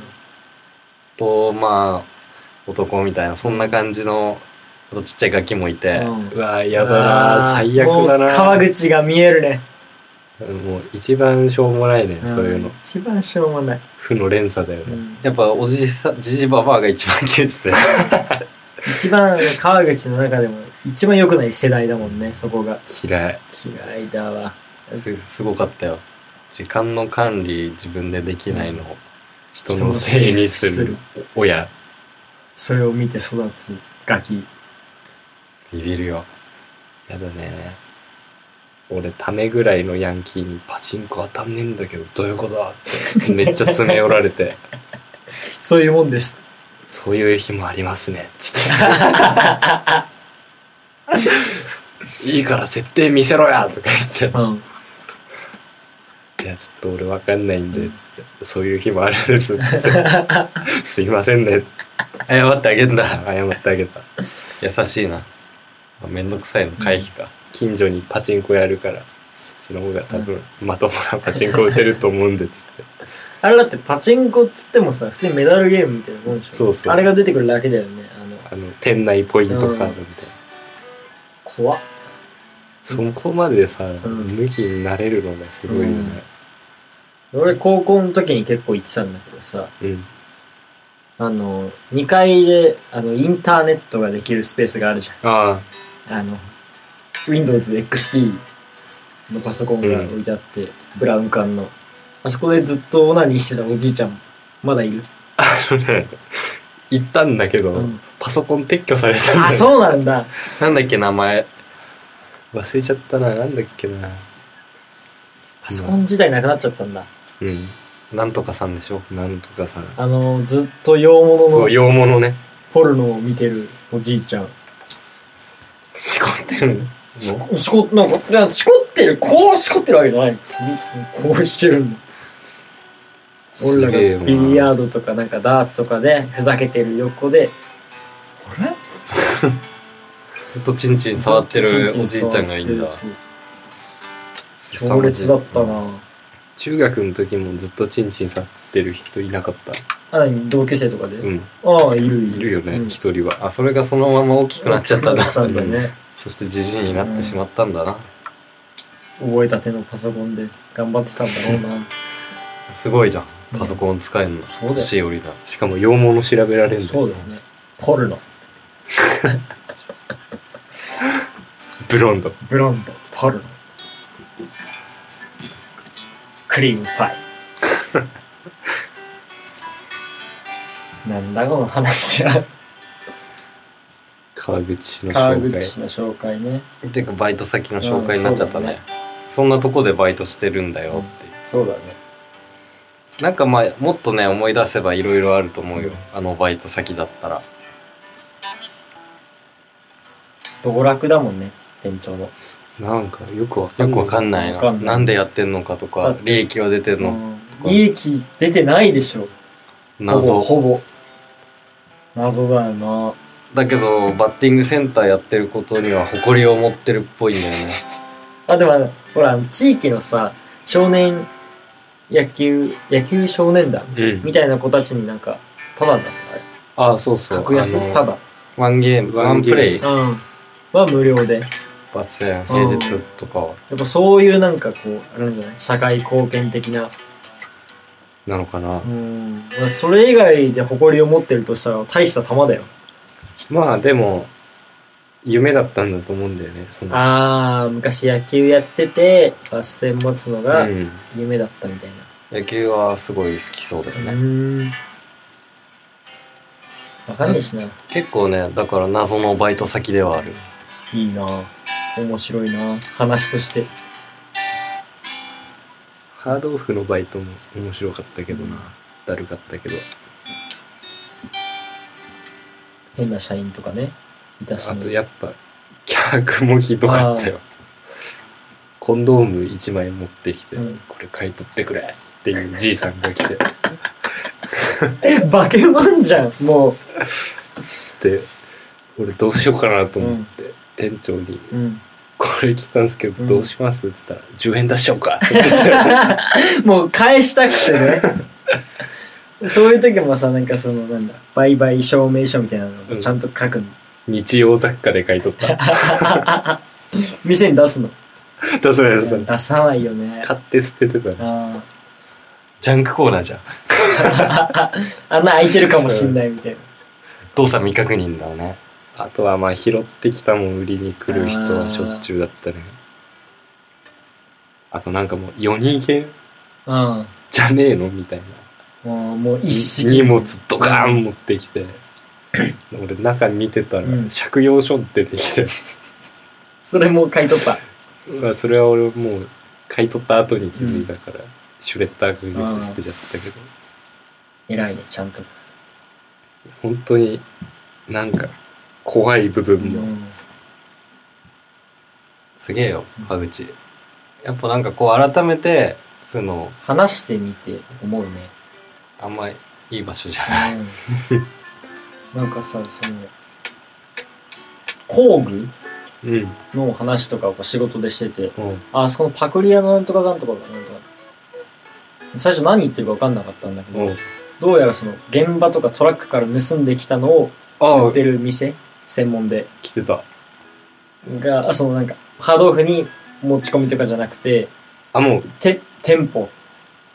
Speaker 1: とまあ男みたいなそんな感じのあとちっちゃいガキもいて、
Speaker 2: うん
Speaker 3: うわやだな最悪だな
Speaker 2: もう川口が見えるね
Speaker 3: もう一番しょうもないね、そういうの
Speaker 2: ん一番しょうもない、
Speaker 3: 負の連鎖だよね、
Speaker 1: やっぱおじさんじじばばあが一番キュてて
Speaker 2: 一番川口の中でも一番良くない世代だもんねそこが
Speaker 3: 嫌 [laughs] い
Speaker 2: 嫌いだわ
Speaker 1: すすごかったよ時間の管理自分でできないの、
Speaker 3: 人のせいにする親
Speaker 2: それを見て育つガキ
Speaker 1: ビビるよ
Speaker 3: やだね俺ためぐらいのヤンキーにパチンコ当たんねえんだけどどういうことだってめっちゃ詰め寄られて
Speaker 2: そういうもんです。
Speaker 3: そういう日もありますねつっていいから設定見せろやとか言っ
Speaker 2: うん。
Speaker 3: ていやちょっと俺わかんないんでつってそういう日もあるんですつってすいませんね
Speaker 1: 謝ってあげんだ。
Speaker 3: 謝ってあげた
Speaker 1: 優しいな。あめんどくさいの回避か。
Speaker 3: 近所にパチンコやるからそっちの方が多分まともなパチンコ打てると思う
Speaker 1: [laughs]
Speaker 3: んでつって
Speaker 2: あれだってパチンコっつってもさ、普通にメダルゲームみたいなもんでしょ。
Speaker 3: そうそう
Speaker 2: あれが出てくるだけだよね。あの、
Speaker 3: あの店内ポイントカードみたいな、
Speaker 2: 怖っ。
Speaker 3: そこまでさ、
Speaker 2: ん
Speaker 3: 向きになれるのがすごいよね
Speaker 2: 俺高校の時に結構行ってたんだけどさ、
Speaker 3: うん
Speaker 2: あの、2階で、あの、インターネットができるスペースがあるじゃん。
Speaker 3: ああ
Speaker 2: あの、Windows XP のパソコンが置いてあって、ブラウン管の。あそこでずっとオナニーしてたおじいちゃん、まだいる。
Speaker 3: それ行ったんだけど、
Speaker 2: うん
Speaker 3: パソコン撤去されたんだよ
Speaker 2: あ、そうなんだ。
Speaker 1: なんだっけ、名前。
Speaker 3: 忘れちゃったななんだっけな
Speaker 2: パソコン自体なくなっちゃったんだ。
Speaker 3: うん
Speaker 1: なんとかさんでしょ。
Speaker 3: なんとかさ
Speaker 2: あの、ずっと洋物
Speaker 3: そう
Speaker 2: の
Speaker 3: 洋物ね
Speaker 2: ポルノを見てるおじいちゃん。
Speaker 3: しこってるの
Speaker 2: しこ、なんか、なんかしこってる、こうしこってるわけじゃない。みこうしてるんだ。俺らがビリヤードとかなんかダーツとかでふざけてる横で、ほらっつって
Speaker 1: ずっとチンチン触ってるおじいちゃんがいいんだ。
Speaker 2: 強烈だったな
Speaker 3: 中学の時もずっとチンチン触ってる人いなかった
Speaker 2: あ何同級生とかで、
Speaker 3: うん
Speaker 2: ああいるい
Speaker 3: いるよね
Speaker 2: うん
Speaker 3: 一、人は
Speaker 1: あ、それがそのまま大きくなっちゃったん
Speaker 2: な
Speaker 1: だ。
Speaker 2: ったんだね、
Speaker 1: そしてじじいになってしまったんだな。
Speaker 2: 覚えたてのパソコンで頑張ってたんだろうな
Speaker 1: すごいじゃん。パソコン使えるの。
Speaker 2: そうだよ
Speaker 1: 年寄りだ。
Speaker 3: しかも羊毛の調べられるんだ
Speaker 2: そうだよねポルノ
Speaker 3: ブロンド
Speaker 2: ブロンドポルノクリームパイなんだこの話は
Speaker 3: 川口の
Speaker 2: 川
Speaker 3: 紹介
Speaker 2: 口の紹介ね
Speaker 1: てか、バイト先の紹介になっちゃったね。
Speaker 2: うんそうだね
Speaker 1: そんなとこでバイトしてるんだよって。
Speaker 2: そうだね
Speaker 1: なんかまあもっとね思い出せばいろいろあると思うよあのバイト先だったら
Speaker 2: 道楽だもんね店長の
Speaker 3: なんかよくわか
Speaker 1: よ
Speaker 3: んない
Speaker 1: くわかんない
Speaker 2: わ
Speaker 1: な
Speaker 2: か
Speaker 1: なんん
Speaker 2: ない
Speaker 1: でやってんのかと
Speaker 2: だ
Speaker 1: か
Speaker 2: って
Speaker 1: 利益は出てんの
Speaker 2: うん利益出てないでしょほぼ
Speaker 1: 謎
Speaker 2: ほぼ謎だよな
Speaker 1: だけどバッティングセンターやってることには誇りを持ってるっぽいんだよね
Speaker 2: あでもあのほら地域のさ少年野球野球少年団
Speaker 3: うん
Speaker 2: みたいな子たちになんかただなんだあれ
Speaker 3: ああそうそう
Speaker 2: 格安
Speaker 3: あの
Speaker 2: ただ
Speaker 1: ワンゲーム
Speaker 3: ワ
Speaker 1: ワ
Speaker 3: ン
Speaker 1: ン
Speaker 3: ゲー
Speaker 1: プ
Speaker 3: ム
Speaker 1: レイ
Speaker 2: うんは無料でや
Speaker 1: バスやん平日とかは
Speaker 2: っぱそういうなんかこうあれなんじゃない社会貢献的な
Speaker 3: なのかな
Speaker 2: うんまあそれ以外で誇りを持ってるとしたら大した玉だよ
Speaker 3: まあでも夢だったんだと思うんだよねその
Speaker 2: あー昔野球やっててバッセン持つのが
Speaker 3: うん、
Speaker 2: 夢だったみたいな
Speaker 1: 野球はすごい好きそうだよね、
Speaker 2: ん。わかんないしな。
Speaker 1: 結構ねだから謎のバイト先ではある
Speaker 2: いいな面白いな話として。
Speaker 3: ハードオフのバイトも面白かったけどな、だるかったけど
Speaker 2: 変な社員とかね。いたし、
Speaker 3: あと
Speaker 2: ね。
Speaker 3: やっぱ客もひどかったよコンドーム1枚持ってきて、
Speaker 2: うん
Speaker 3: これ買い取ってくれっていうじいさんが来て [laughs]
Speaker 2: え、 [laughs] バケモンじゃんもう。
Speaker 3: で俺どうしようかなと思って、店長に
Speaker 2: うん。
Speaker 3: 「これ来たんですけ
Speaker 2: うん
Speaker 3: どどうします?」っつったら「10円出しちゃおうか」って言
Speaker 2: [laughs]
Speaker 3: って
Speaker 2: もう返したくてね。そういう時もさ、なんかその、なんだ、売買証明書みたいなのをちゃんと書くの。
Speaker 3: 日用雑貨で買い取った
Speaker 2: 店に出すの。
Speaker 3: 出さない出さない
Speaker 2: 出さないよね。
Speaker 3: 買って捨ててたの
Speaker 2: あ
Speaker 1: ジャンクコーナーじゃん
Speaker 2: ーあんな空いてるかもしんないみたいな。
Speaker 1: 動作未確認だよね
Speaker 3: あとはまあ拾ってきたもん売りに来る人はしょっちゅうだったねあとなんかもう夜逃げ
Speaker 2: うん。
Speaker 3: じゃねえのみたいな
Speaker 2: もうもう一式
Speaker 3: 荷物ドカーン持ってきて俺中見てたら
Speaker 2: うん
Speaker 3: 借用書出てきて
Speaker 2: それも買い取った
Speaker 3: まあそれは俺もう買い取った後に気づいたから、シュレッダーかけて捨てちゃったけど
Speaker 2: 偉いね、ちゃんと。
Speaker 3: 本当になんか怖い部分
Speaker 2: う
Speaker 3: も
Speaker 2: ん
Speaker 1: すげえよ川口やっぱなんかこう改めてそういうの
Speaker 2: 話してみて思うね。
Speaker 1: あんまいい場所じゃない、
Speaker 2: うんなんかさ、その、工具
Speaker 3: うん、
Speaker 2: の話とかをこう仕事でしてて、
Speaker 3: うん
Speaker 2: あ、そこのパクリ屋のなんとかなんとかがなんとか。最初何言ってるか分かんなかったんだけど、
Speaker 3: うん
Speaker 2: どうやらその現場とかトラックから盗んできたのを
Speaker 3: あ
Speaker 2: 売
Speaker 3: あ
Speaker 2: ってる店、専門で、
Speaker 3: 来てた
Speaker 2: が、そのなんか、ハードオフに持ち込みとかじゃなくて、
Speaker 3: あもう
Speaker 2: て、店舗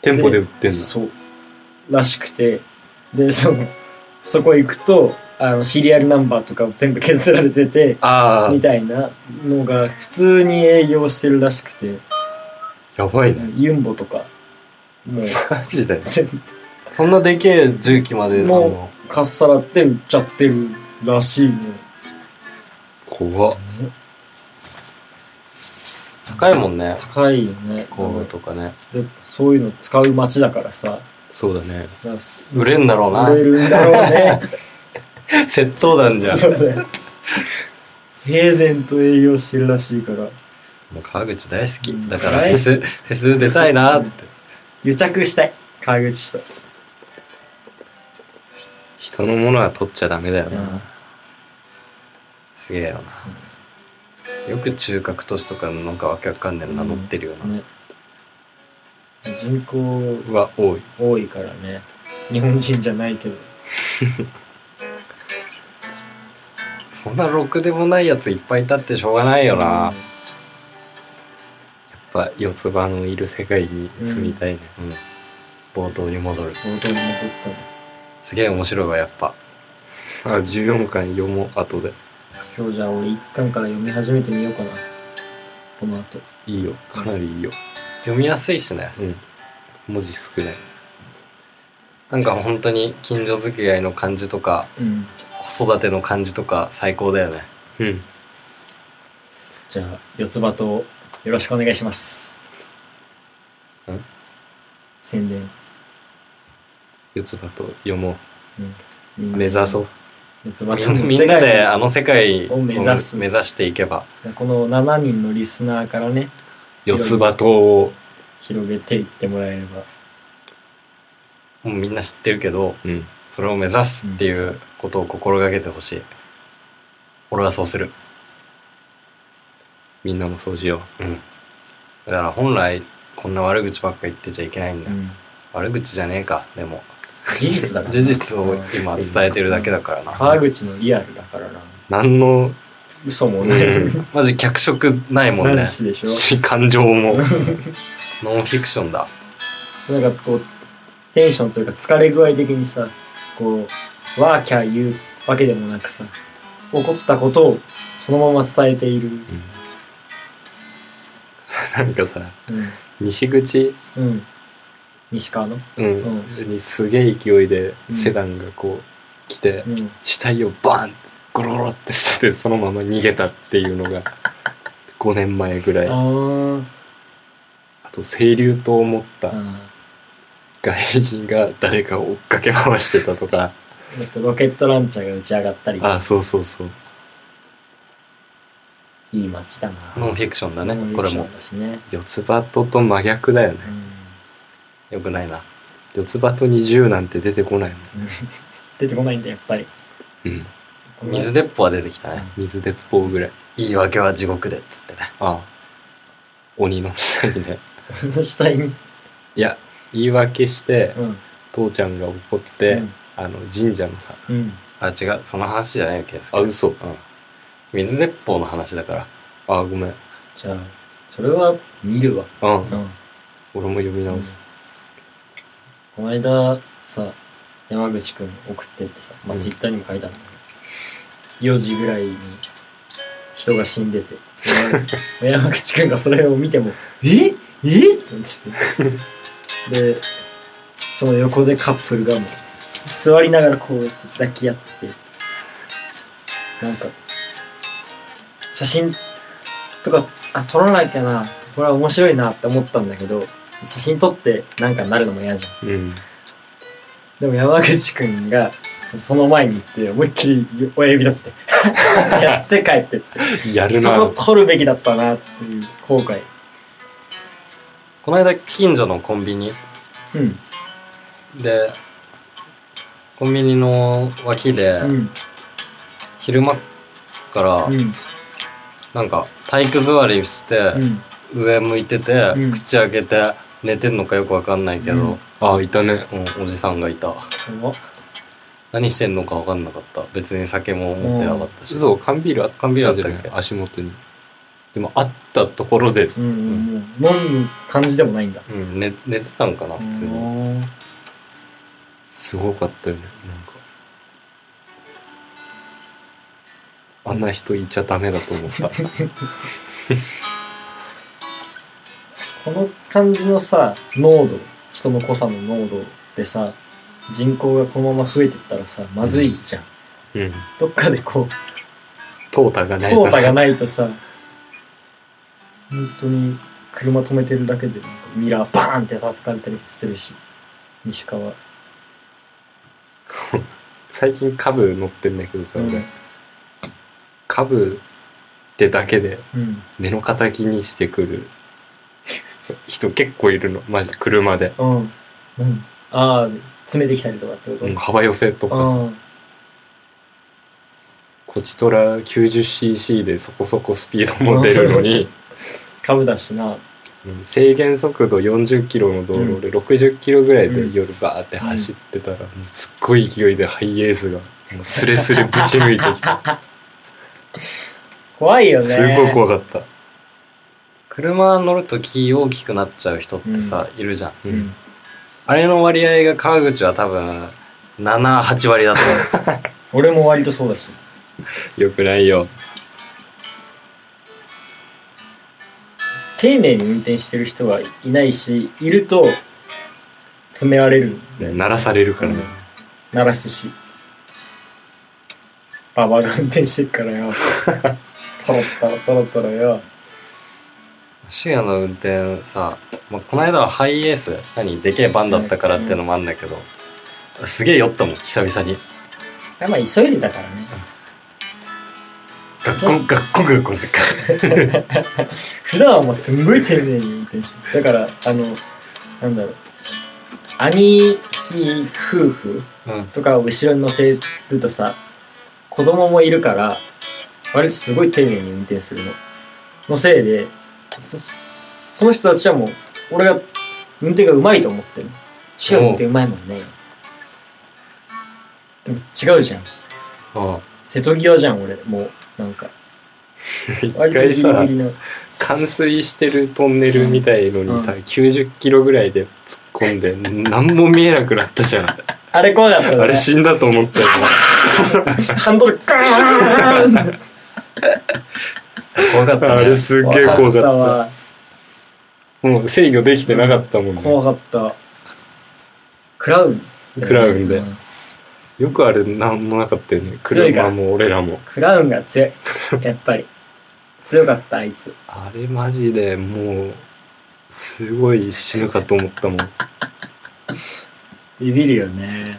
Speaker 3: 店舗で売ってんだ
Speaker 2: そうらしくてでそのそこ行くとあのシリアルナンバーとかを全部削られてて
Speaker 3: ああ
Speaker 2: みたいなのが普通に営業してるらしくて
Speaker 3: やば
Speaker 1: [laughs]
Speaker 3: いね
Speaker 2: ユンボとかもう
Speaker 3: マジで
Speaker 2: 全部
Speaker 1: そんなでけえ重機まであ
Speaker 2: もう
Speaker 1: の
Speaker 2: かっさらって売っちゃってるらしいね
Speaker 3: 怖っ
Speaker 1: 高いもんね
Speaker 2: 高いよね
Speaker 1: 工具とかね
Speaker 2: でそういうの使う街だからさ
Speaker 3: そうだね
Speaker 2: だから
Speaker 1: 売れんだろうな
Speaker 2: 売れるんだろうね
Speaker 1: 窃盗団 [laughs] じゃん
Speaker 2: そうだよ平然と営業してるらしいから
Speaker 1: もう川口大好き
Speaker 2: うん
Speaker 1: だから
Speaker 2: 大
Speaker 1: フ
Speaker 2: 好
Speaker 1: ェ
Speaker 2: き
Speaker 1: スフェス出たいなって
Speaker 2: 癒着したい川口市と
Speaker 3: 人のものは取っちゃダメだよな、
Speaker 1: すげえよなよく中核都市とかのなんかわけわかんないの名乗ってるよな、
Speaker 2: ね人口
Speaker 3: は多い
Speaker 2: 多いからね日本人じゃないけど
Speaker 1: そんなろくでもないやついっぱいいたってしょうがないよな、
Speaker 3: やっぱ四つ葉のいる世界に住みたいね、
Speaker 1: うん、冒頭に戻る
Speaker 2: 冒頭に戻ったの
Speaker 1: すげえ面白いわやっぱ
Speaker 3: あ14巻読もう後で
Speaker 2: 今日じゃあ俺一巻から読み始めてみようかなこの後
Speaker 3: いいよかなりいいよ
Speaker 1: 読みやすいしね
Speaker 3: うん文字少ない
Speaker 1: なんか本当に近所付き合いの感じとか
Speaker 2: うん
Speaker 1: 子育ての感じとか最高だよね
Speaker 3: うん
Speaker 2: じゃあ四つ葉とよろしくお願いします
Speaker 3: ん
Speaker 2: 宣伝、
Speaker 3: 四つ葉と読も
Speaker 2: う
Speaker 3: うん目指そう
Speaker 2: 四つ葉と
Speaker 1: みんみんなであの世界
Speaker 2: を目指す
Speaker 1: 目指していけば
Speaker 2: この7人のリスナーからね
Speaker 3: 四つ葉とを
Speaker 2: 広げていってもらえれば
Speaker 1: もうみんな知ってるけど
Speaker 3: うん
Speaker 1: それを目指すっていうことを心がけてほしい俺はそうする
Speaker 3: みんなもそうしよ
Speaker 1: うんだから本来こんな悪口ばっか言ってちゃいけないんだよ、悪口じゃねえかでも
Speaker 2: 事実だから
Speaker 1: 事実を今伝えてるだけだからな
Speaker 2: 川口のリアルだからな
Speaker 3: う何の
Speaker 2: 嘘もね
Speaker 3: うん
Speaker 1: マジ脚色ないもんね
Speaker 2: なしでしょ
Speaker 3: し感
Speaker 1: [laughs]
Speaker 3: 情
Speaker 1: ノ
Speaker 3: も
Speaker 1: ンフィクションだ
Speaker 2: なんかこうテンションというか疲れ具合的にさこうワーキャー言うわけでもなくさ起こったことをそのまま伝えている
Speaker 3: うんなんかさ
Speaker 2: うん、
Speaker 3: 西口
Speaker 2: うん、西川の
Speaker 3: うん、にすげえ勢いでセダンがこう来て、
Speaker 2: うん
Speaker 3: 死体をバーンゴロゴロって捨ててそのまま逃げたっていうのが5年前ぐらいあ
Speaker 2: あ
Speaker 3: と清流と思った
Speaker 2: あうん
Speaker 3: 外人が誰かを追っかけ回してたとか
Speaker 2: だってロケットランチャーが打ち上がったり
Speaker 3: あそうそうそう
Speaker 2: いい街だな
Speaker 1: ノンフィクションだ
Speaker 2: ノン
Speaker 1: ね
Speaker 2: フ
Speaker 1: こ
Speaker 2: ィク
Speaker 1: れ
Speaker 2: ショ
Speaker 1: も
Speaker 2: ンだしね
Speaker 3: 四つ葉とと真逆だよね
Speaker 2: うん
Speaker 1: よくないな
Speaker 3: 四つ葉と二十なんて出てこないも
Speaker 2: 出てこないんだやっぱり
Speaker 3: ん、うん、
Speaker 1: 水鉄砲は出てきたね
Speaker 3: 水鉄砲ぐらい
Speaker 1: 言い訳は地獄でっつってね
Speaker 3: ああ鬼の下にね
Speaker 2: の死体に、
Speaker 3: いや言い訳して
Speaker 2: うん、
Speaker 3: 父ちゃんが怒って、
Speaker 2: うん
Speaker 3: あの神社のさ
Speaker 2: うん、
Speaker 1: あ違うその話じゃないよケイスケ
Speaker 3: あ嘘
Speaker 1: 水鉄砲の話だから
Speaker 3: あごめんうん
Speaker 2: じゃあそれは見るわ、うん、
Speaker 3: 俺も読み直す、
Speaker 2: この間さ山口くん送ってってさ、まあ、
Speaker 3: うん
Speaker 2: ツイッターにも書いたんだけど、4時ぐらいに人が死んでて山山口くんがそれを見ても「えええって言っててでその横でカップルがもう座りながらこうやって抱き合っててなんか写真とか、あ、撮らなきゃな、これは面白いなって思ったんだけど、写真撮ってなんかなるのも嫌じゃん。
Speaker 1: うん。
Speaker 2: でも山口くんが、その前に行って、思いっきり親指立て
Speaker 1: [laughs]
Speaker 2: て、やって帰ってって。
Speaker 1: やる
Speaker 2: そ
Speaker 1: な。
Speaker 2: こ撮るべきだったなっていう後悔。
Speaker 1: この間近所のコンビニ
Speaker 2: うん。
Speaker 1: で、コンビニの脇で、
Speaker 2: うん。
Speaker 1: 昼間から
Speaker 2: うん。
Speaker 1: なんか体育座りして
Speaker 2: うん。
Speaker 1: 上向いてて、
Speaker 2: うん
Speaker 1: 口開けて寝てんのかよくわかんないけど、
Speaker 2: うん
Speaker 3: ああ、いたね。
Speaker 1: うんおじさんがいた
Speaker 2: お
Speaker 1: 何してんのかわかんなかった別に酒も持ってなかったし、
Speaker 3: そう、缶ビールあった
Speaker 1: 缶ビールあったっ
Speaker 3: じ
Speaker 1: け
Speaker 3: ゃない足元に。でも、あったところで、
Speaker 2: うんうんうん。飲む感じでもないんだ。
Speaker 1: うん、寝寝てたんかな普通に
Speaker 2: うん
Speaker 3: すごかったよね。なんか。あんな人いちゃダメだと
Speaker 1: [laughs]
Speaker 3: 思った。
Speaker 2: この感じのさ、濃度、人の濃さの濃度でさ、人口がこのまま増えてったらさ、まずいじゃん。
Speaker 3: うん。
Speaker 2: どっかでこう、
Speaker 3: 淘汰がない
Speaker 2: 淘汰が
Speaker 3: な
Speaker 2: ないとさ、本当に車止めてるだけで、ミラーバーンって叩かれたりするし、西川。
Speaker 3: 最近株乗ってんだけどさ、
Speaker 2: うん
Speaker 3: 俺。株ってだけで
Speaker 2: うん。
Speaker 3: 目の敵にしてくる人結構いるの。マジ、車で。
Speaker 2: うん。うん。ああ、詰めてきたりとかってこと、
Speaker 3: うん幅寄せとかさ。
Speaker 2: ああ。
Speaker 3: コチトラ 90cc でそこそこスピードも出るのに、
Speaker 2: [laughs] 株だしな。
Speaker 3: うん制限速度40キロの道路で60キロぐらいで夜バーって走ってたら、もうすっごい勢いでハイエースがもうスレスレぶち抜いて [laughs] きた
Speaker 2: 怖いよね。
Speaker 3: すごい怖かった、
Speaker 1: 車乗ると気大きくなっちゃう人ってさ、いるじゃん
Speaker 3: うん
Speaker 2: うん。
Speaker 1: あれの割合が川口は多分78割だと思う
Speaker 2: 俺も割とそうだし。
Speaker 3: よくないよ
Speaker 2: 丁寧に運転してる人はいないしいると詰められる
Speaker 3: ね鳴らされるからね、
Speaker 2: 鳴らすしババアが運転してるから
Speaker 3: [laughs]
Speaker 2: よトロッタロトロトロよ
Speaker 1: 深夜の運転さ、まあ、この間はハイエース何でけえバンだったからってのもあんだけど、すげえ酔ったもん久々に
Speaker 2: あまあ急いでたからね
Speaker 1: ガッコンガッコンガッコンってか
Speaker 2: 普段はもうすんごい丁寧に運転してるだからあのなんだろう兄貴夫婦
Speaker 1: うん
Speaker 2: とかを後ろに乗せるとさ子供もいるから割とすごい丁寧に運転するののせいでそその人たちはもう俺が運転がうまいと思ってる主が運転うまいもんねでも違うじゃん
Speaker 1: ああ
Speaker 2: 瀬戸際じゃん俺もうなんか割
Speaker 3: 一
Speaker 2: とギ
Speaker 3: 回
Speaker 2: リギ
Speaker 3: さ
Speaker 2: リの
Speaker 3: 冠水してるトンネルみたいのにさ、
Speaker 2: う
Speaker 3: 90キロぐらいで突っ込んで何も見えなくなったじゃん
Speaker 2: あれ怖かったね
Speaker 3: あれ死んだと思ったよ
Speaker 2: ハンドルガーン
Speaker 1: 怖かった、ね、
Speaker 3: あれ [laughs] すっげえ怖かっ
Speaker 2: わ
Speaker 3: たもう制御できてなかったもんね、
Speaker 2: 怖かったクラウン
Speaker 3: クラウンで
Speaker 2: うん
Speaker 3: よくあれなんもなかったよね
Speaker 2: 強いから
Speaker 3: 車も俺らも
Speaker 2: クラウンが強いやっぱり強かったあいつ
Speaker 3: あれマジでもうすごい死ぬかと思ったもん、
Speaker 2: ビビるよね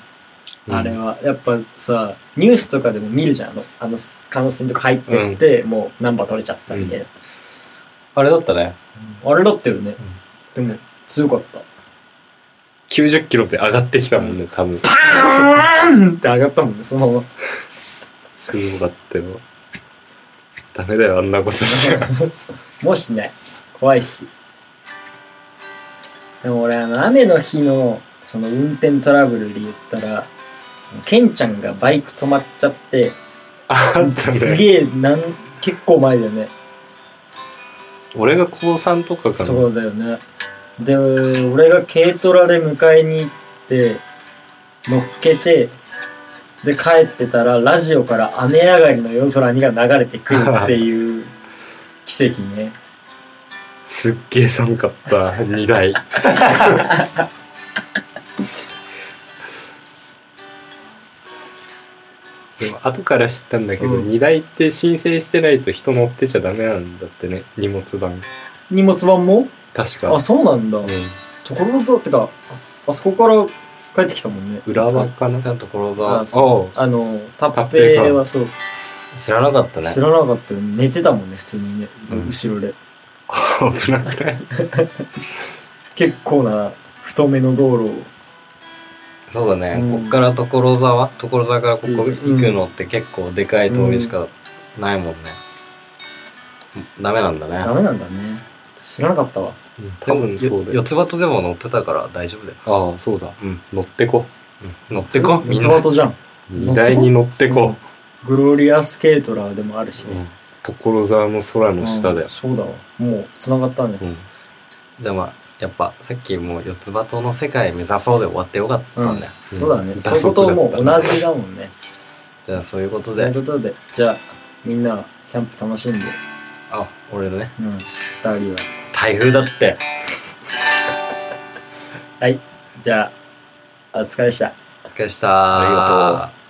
Speaker 2: あれはやっぱさニュースとかでも見るじゃんあのあの冠水とか入ってって、もうナンバー取れちゃったみたいな、
Speaker 1: あれだったね
Speaker 2: あれだったよね、でも強かった
Speaker 3: 90キロで上がってきたもんね多分
Speaker 2: パーンって上がったもんねそのまます
Speaker 3: ごかったよダメだよあんなことしちゃ
Speaker 2: [laughs] もうしない怖いしでも俺あの雨の日のその運転トラブルで言ったらケンちゃんがバイク止まっちゃって
Speaker 3: [laughs] あったね
Speaker 2: すげえなん結構前だよね
Speaker 3: 俺が高3とかか
Speaker 2: と
Speaker 3: な
Speaker 2: ころだよねで俺が軽トラで迎えに行って乗っけてで帰ってたらラジオから「雨上がりの夜空に」が流れてくるっていう奇跡ね
Speaker 3: すっげえ寒かった2 [laughs] 台でも後から知ったんだけど、
Speaker 2: うん
Speaker 3: 荷台って申請してないと人乗ってちゃダメなんだってね荷物番
Speaker 2: 荷物版も
Speaker 3: 確か
Speaker 2: あ、そうなんだ。
Speaker 3: うん
Speaker 2: 所沢ってか、ああそこから帰ってきたもんね。
Speaker 3: 浦和かな
Speaker 1: なんと所沢
Speaker 2: あ
Speaker 1: そ
Speaker 3: おう
Speaker 2: あの、タッペーはそう、
Speaker 1: う知らなかったね
Speaker 2: 知らなかったよ。寝てたもんね、普通にね。
Speaker 1: うん
Speaker 2: 後ろで。
Speaker 3: 危なくない
Speaker 2: 結構な太めの道路を。
Speaker 1: そうだね、
Speaker 2: うん
Speaker 1: こっから所沢所沢からここ行くのって結構でかい通りしかないもんね、ダメなんだ
Speaker 2: ダ
Speaker 1: ね
Speaker 2: メなんだね。知らなかったわ。
Speaker 3: 多分そうだ
Speaker 1: よ
Speaker 3: よ
Speaker 1: 四つ葉とでも乗ってたから大丈夫だよ、
Speaker 3: ああそうだ
Speaker 1: うん、
Speaker 3: 乗ってこ
Speaker 1: 乗ってこみ
Speaker 2: ミ
Speaker 1: ん
Speaker 2: ツ
Speaker 1: な
Speaker 2: バトじゃん。
Speaker 3: 荷台に乗ってこ、
Speaker 2: グロリアスケートラーでもあるし
Speaker 3: う
Speaker 2: ね。
Speaker 3: ん所沢の空の下だ
Speaker 2: う
Speaker 3: よ
Speaker 2: ん、そうだわ。もう、繋がったね
Speaker 3: う。ん
Speaker 1: じゃあまあやっぱさっきもう四つ葉との世界目指そうで終わってよかったんだよ、
Speaker 3: うん
Speaker 2: そうだね。
Speaker 3: 打
Speaker 2: そう
Speaker 3: 足
Speaker 2: いうことも同
Speaker 3: だった
Speaker 2: じだもんね。
Speaker 1: じゃあそういうこと
Speaker 2: という
Speaker 1: で
Speaker 2: ことで、じゃあ、みんな、キャンプ楽しんで、
Speaker 1: あ俺のね
Speaker 2: うん、二人は。
Speaker 1: 台風だって
Speaker 2: はい。じゃあ、お疲れでした。
Speaker 1: お疲れした
Speaker 3: ありがとう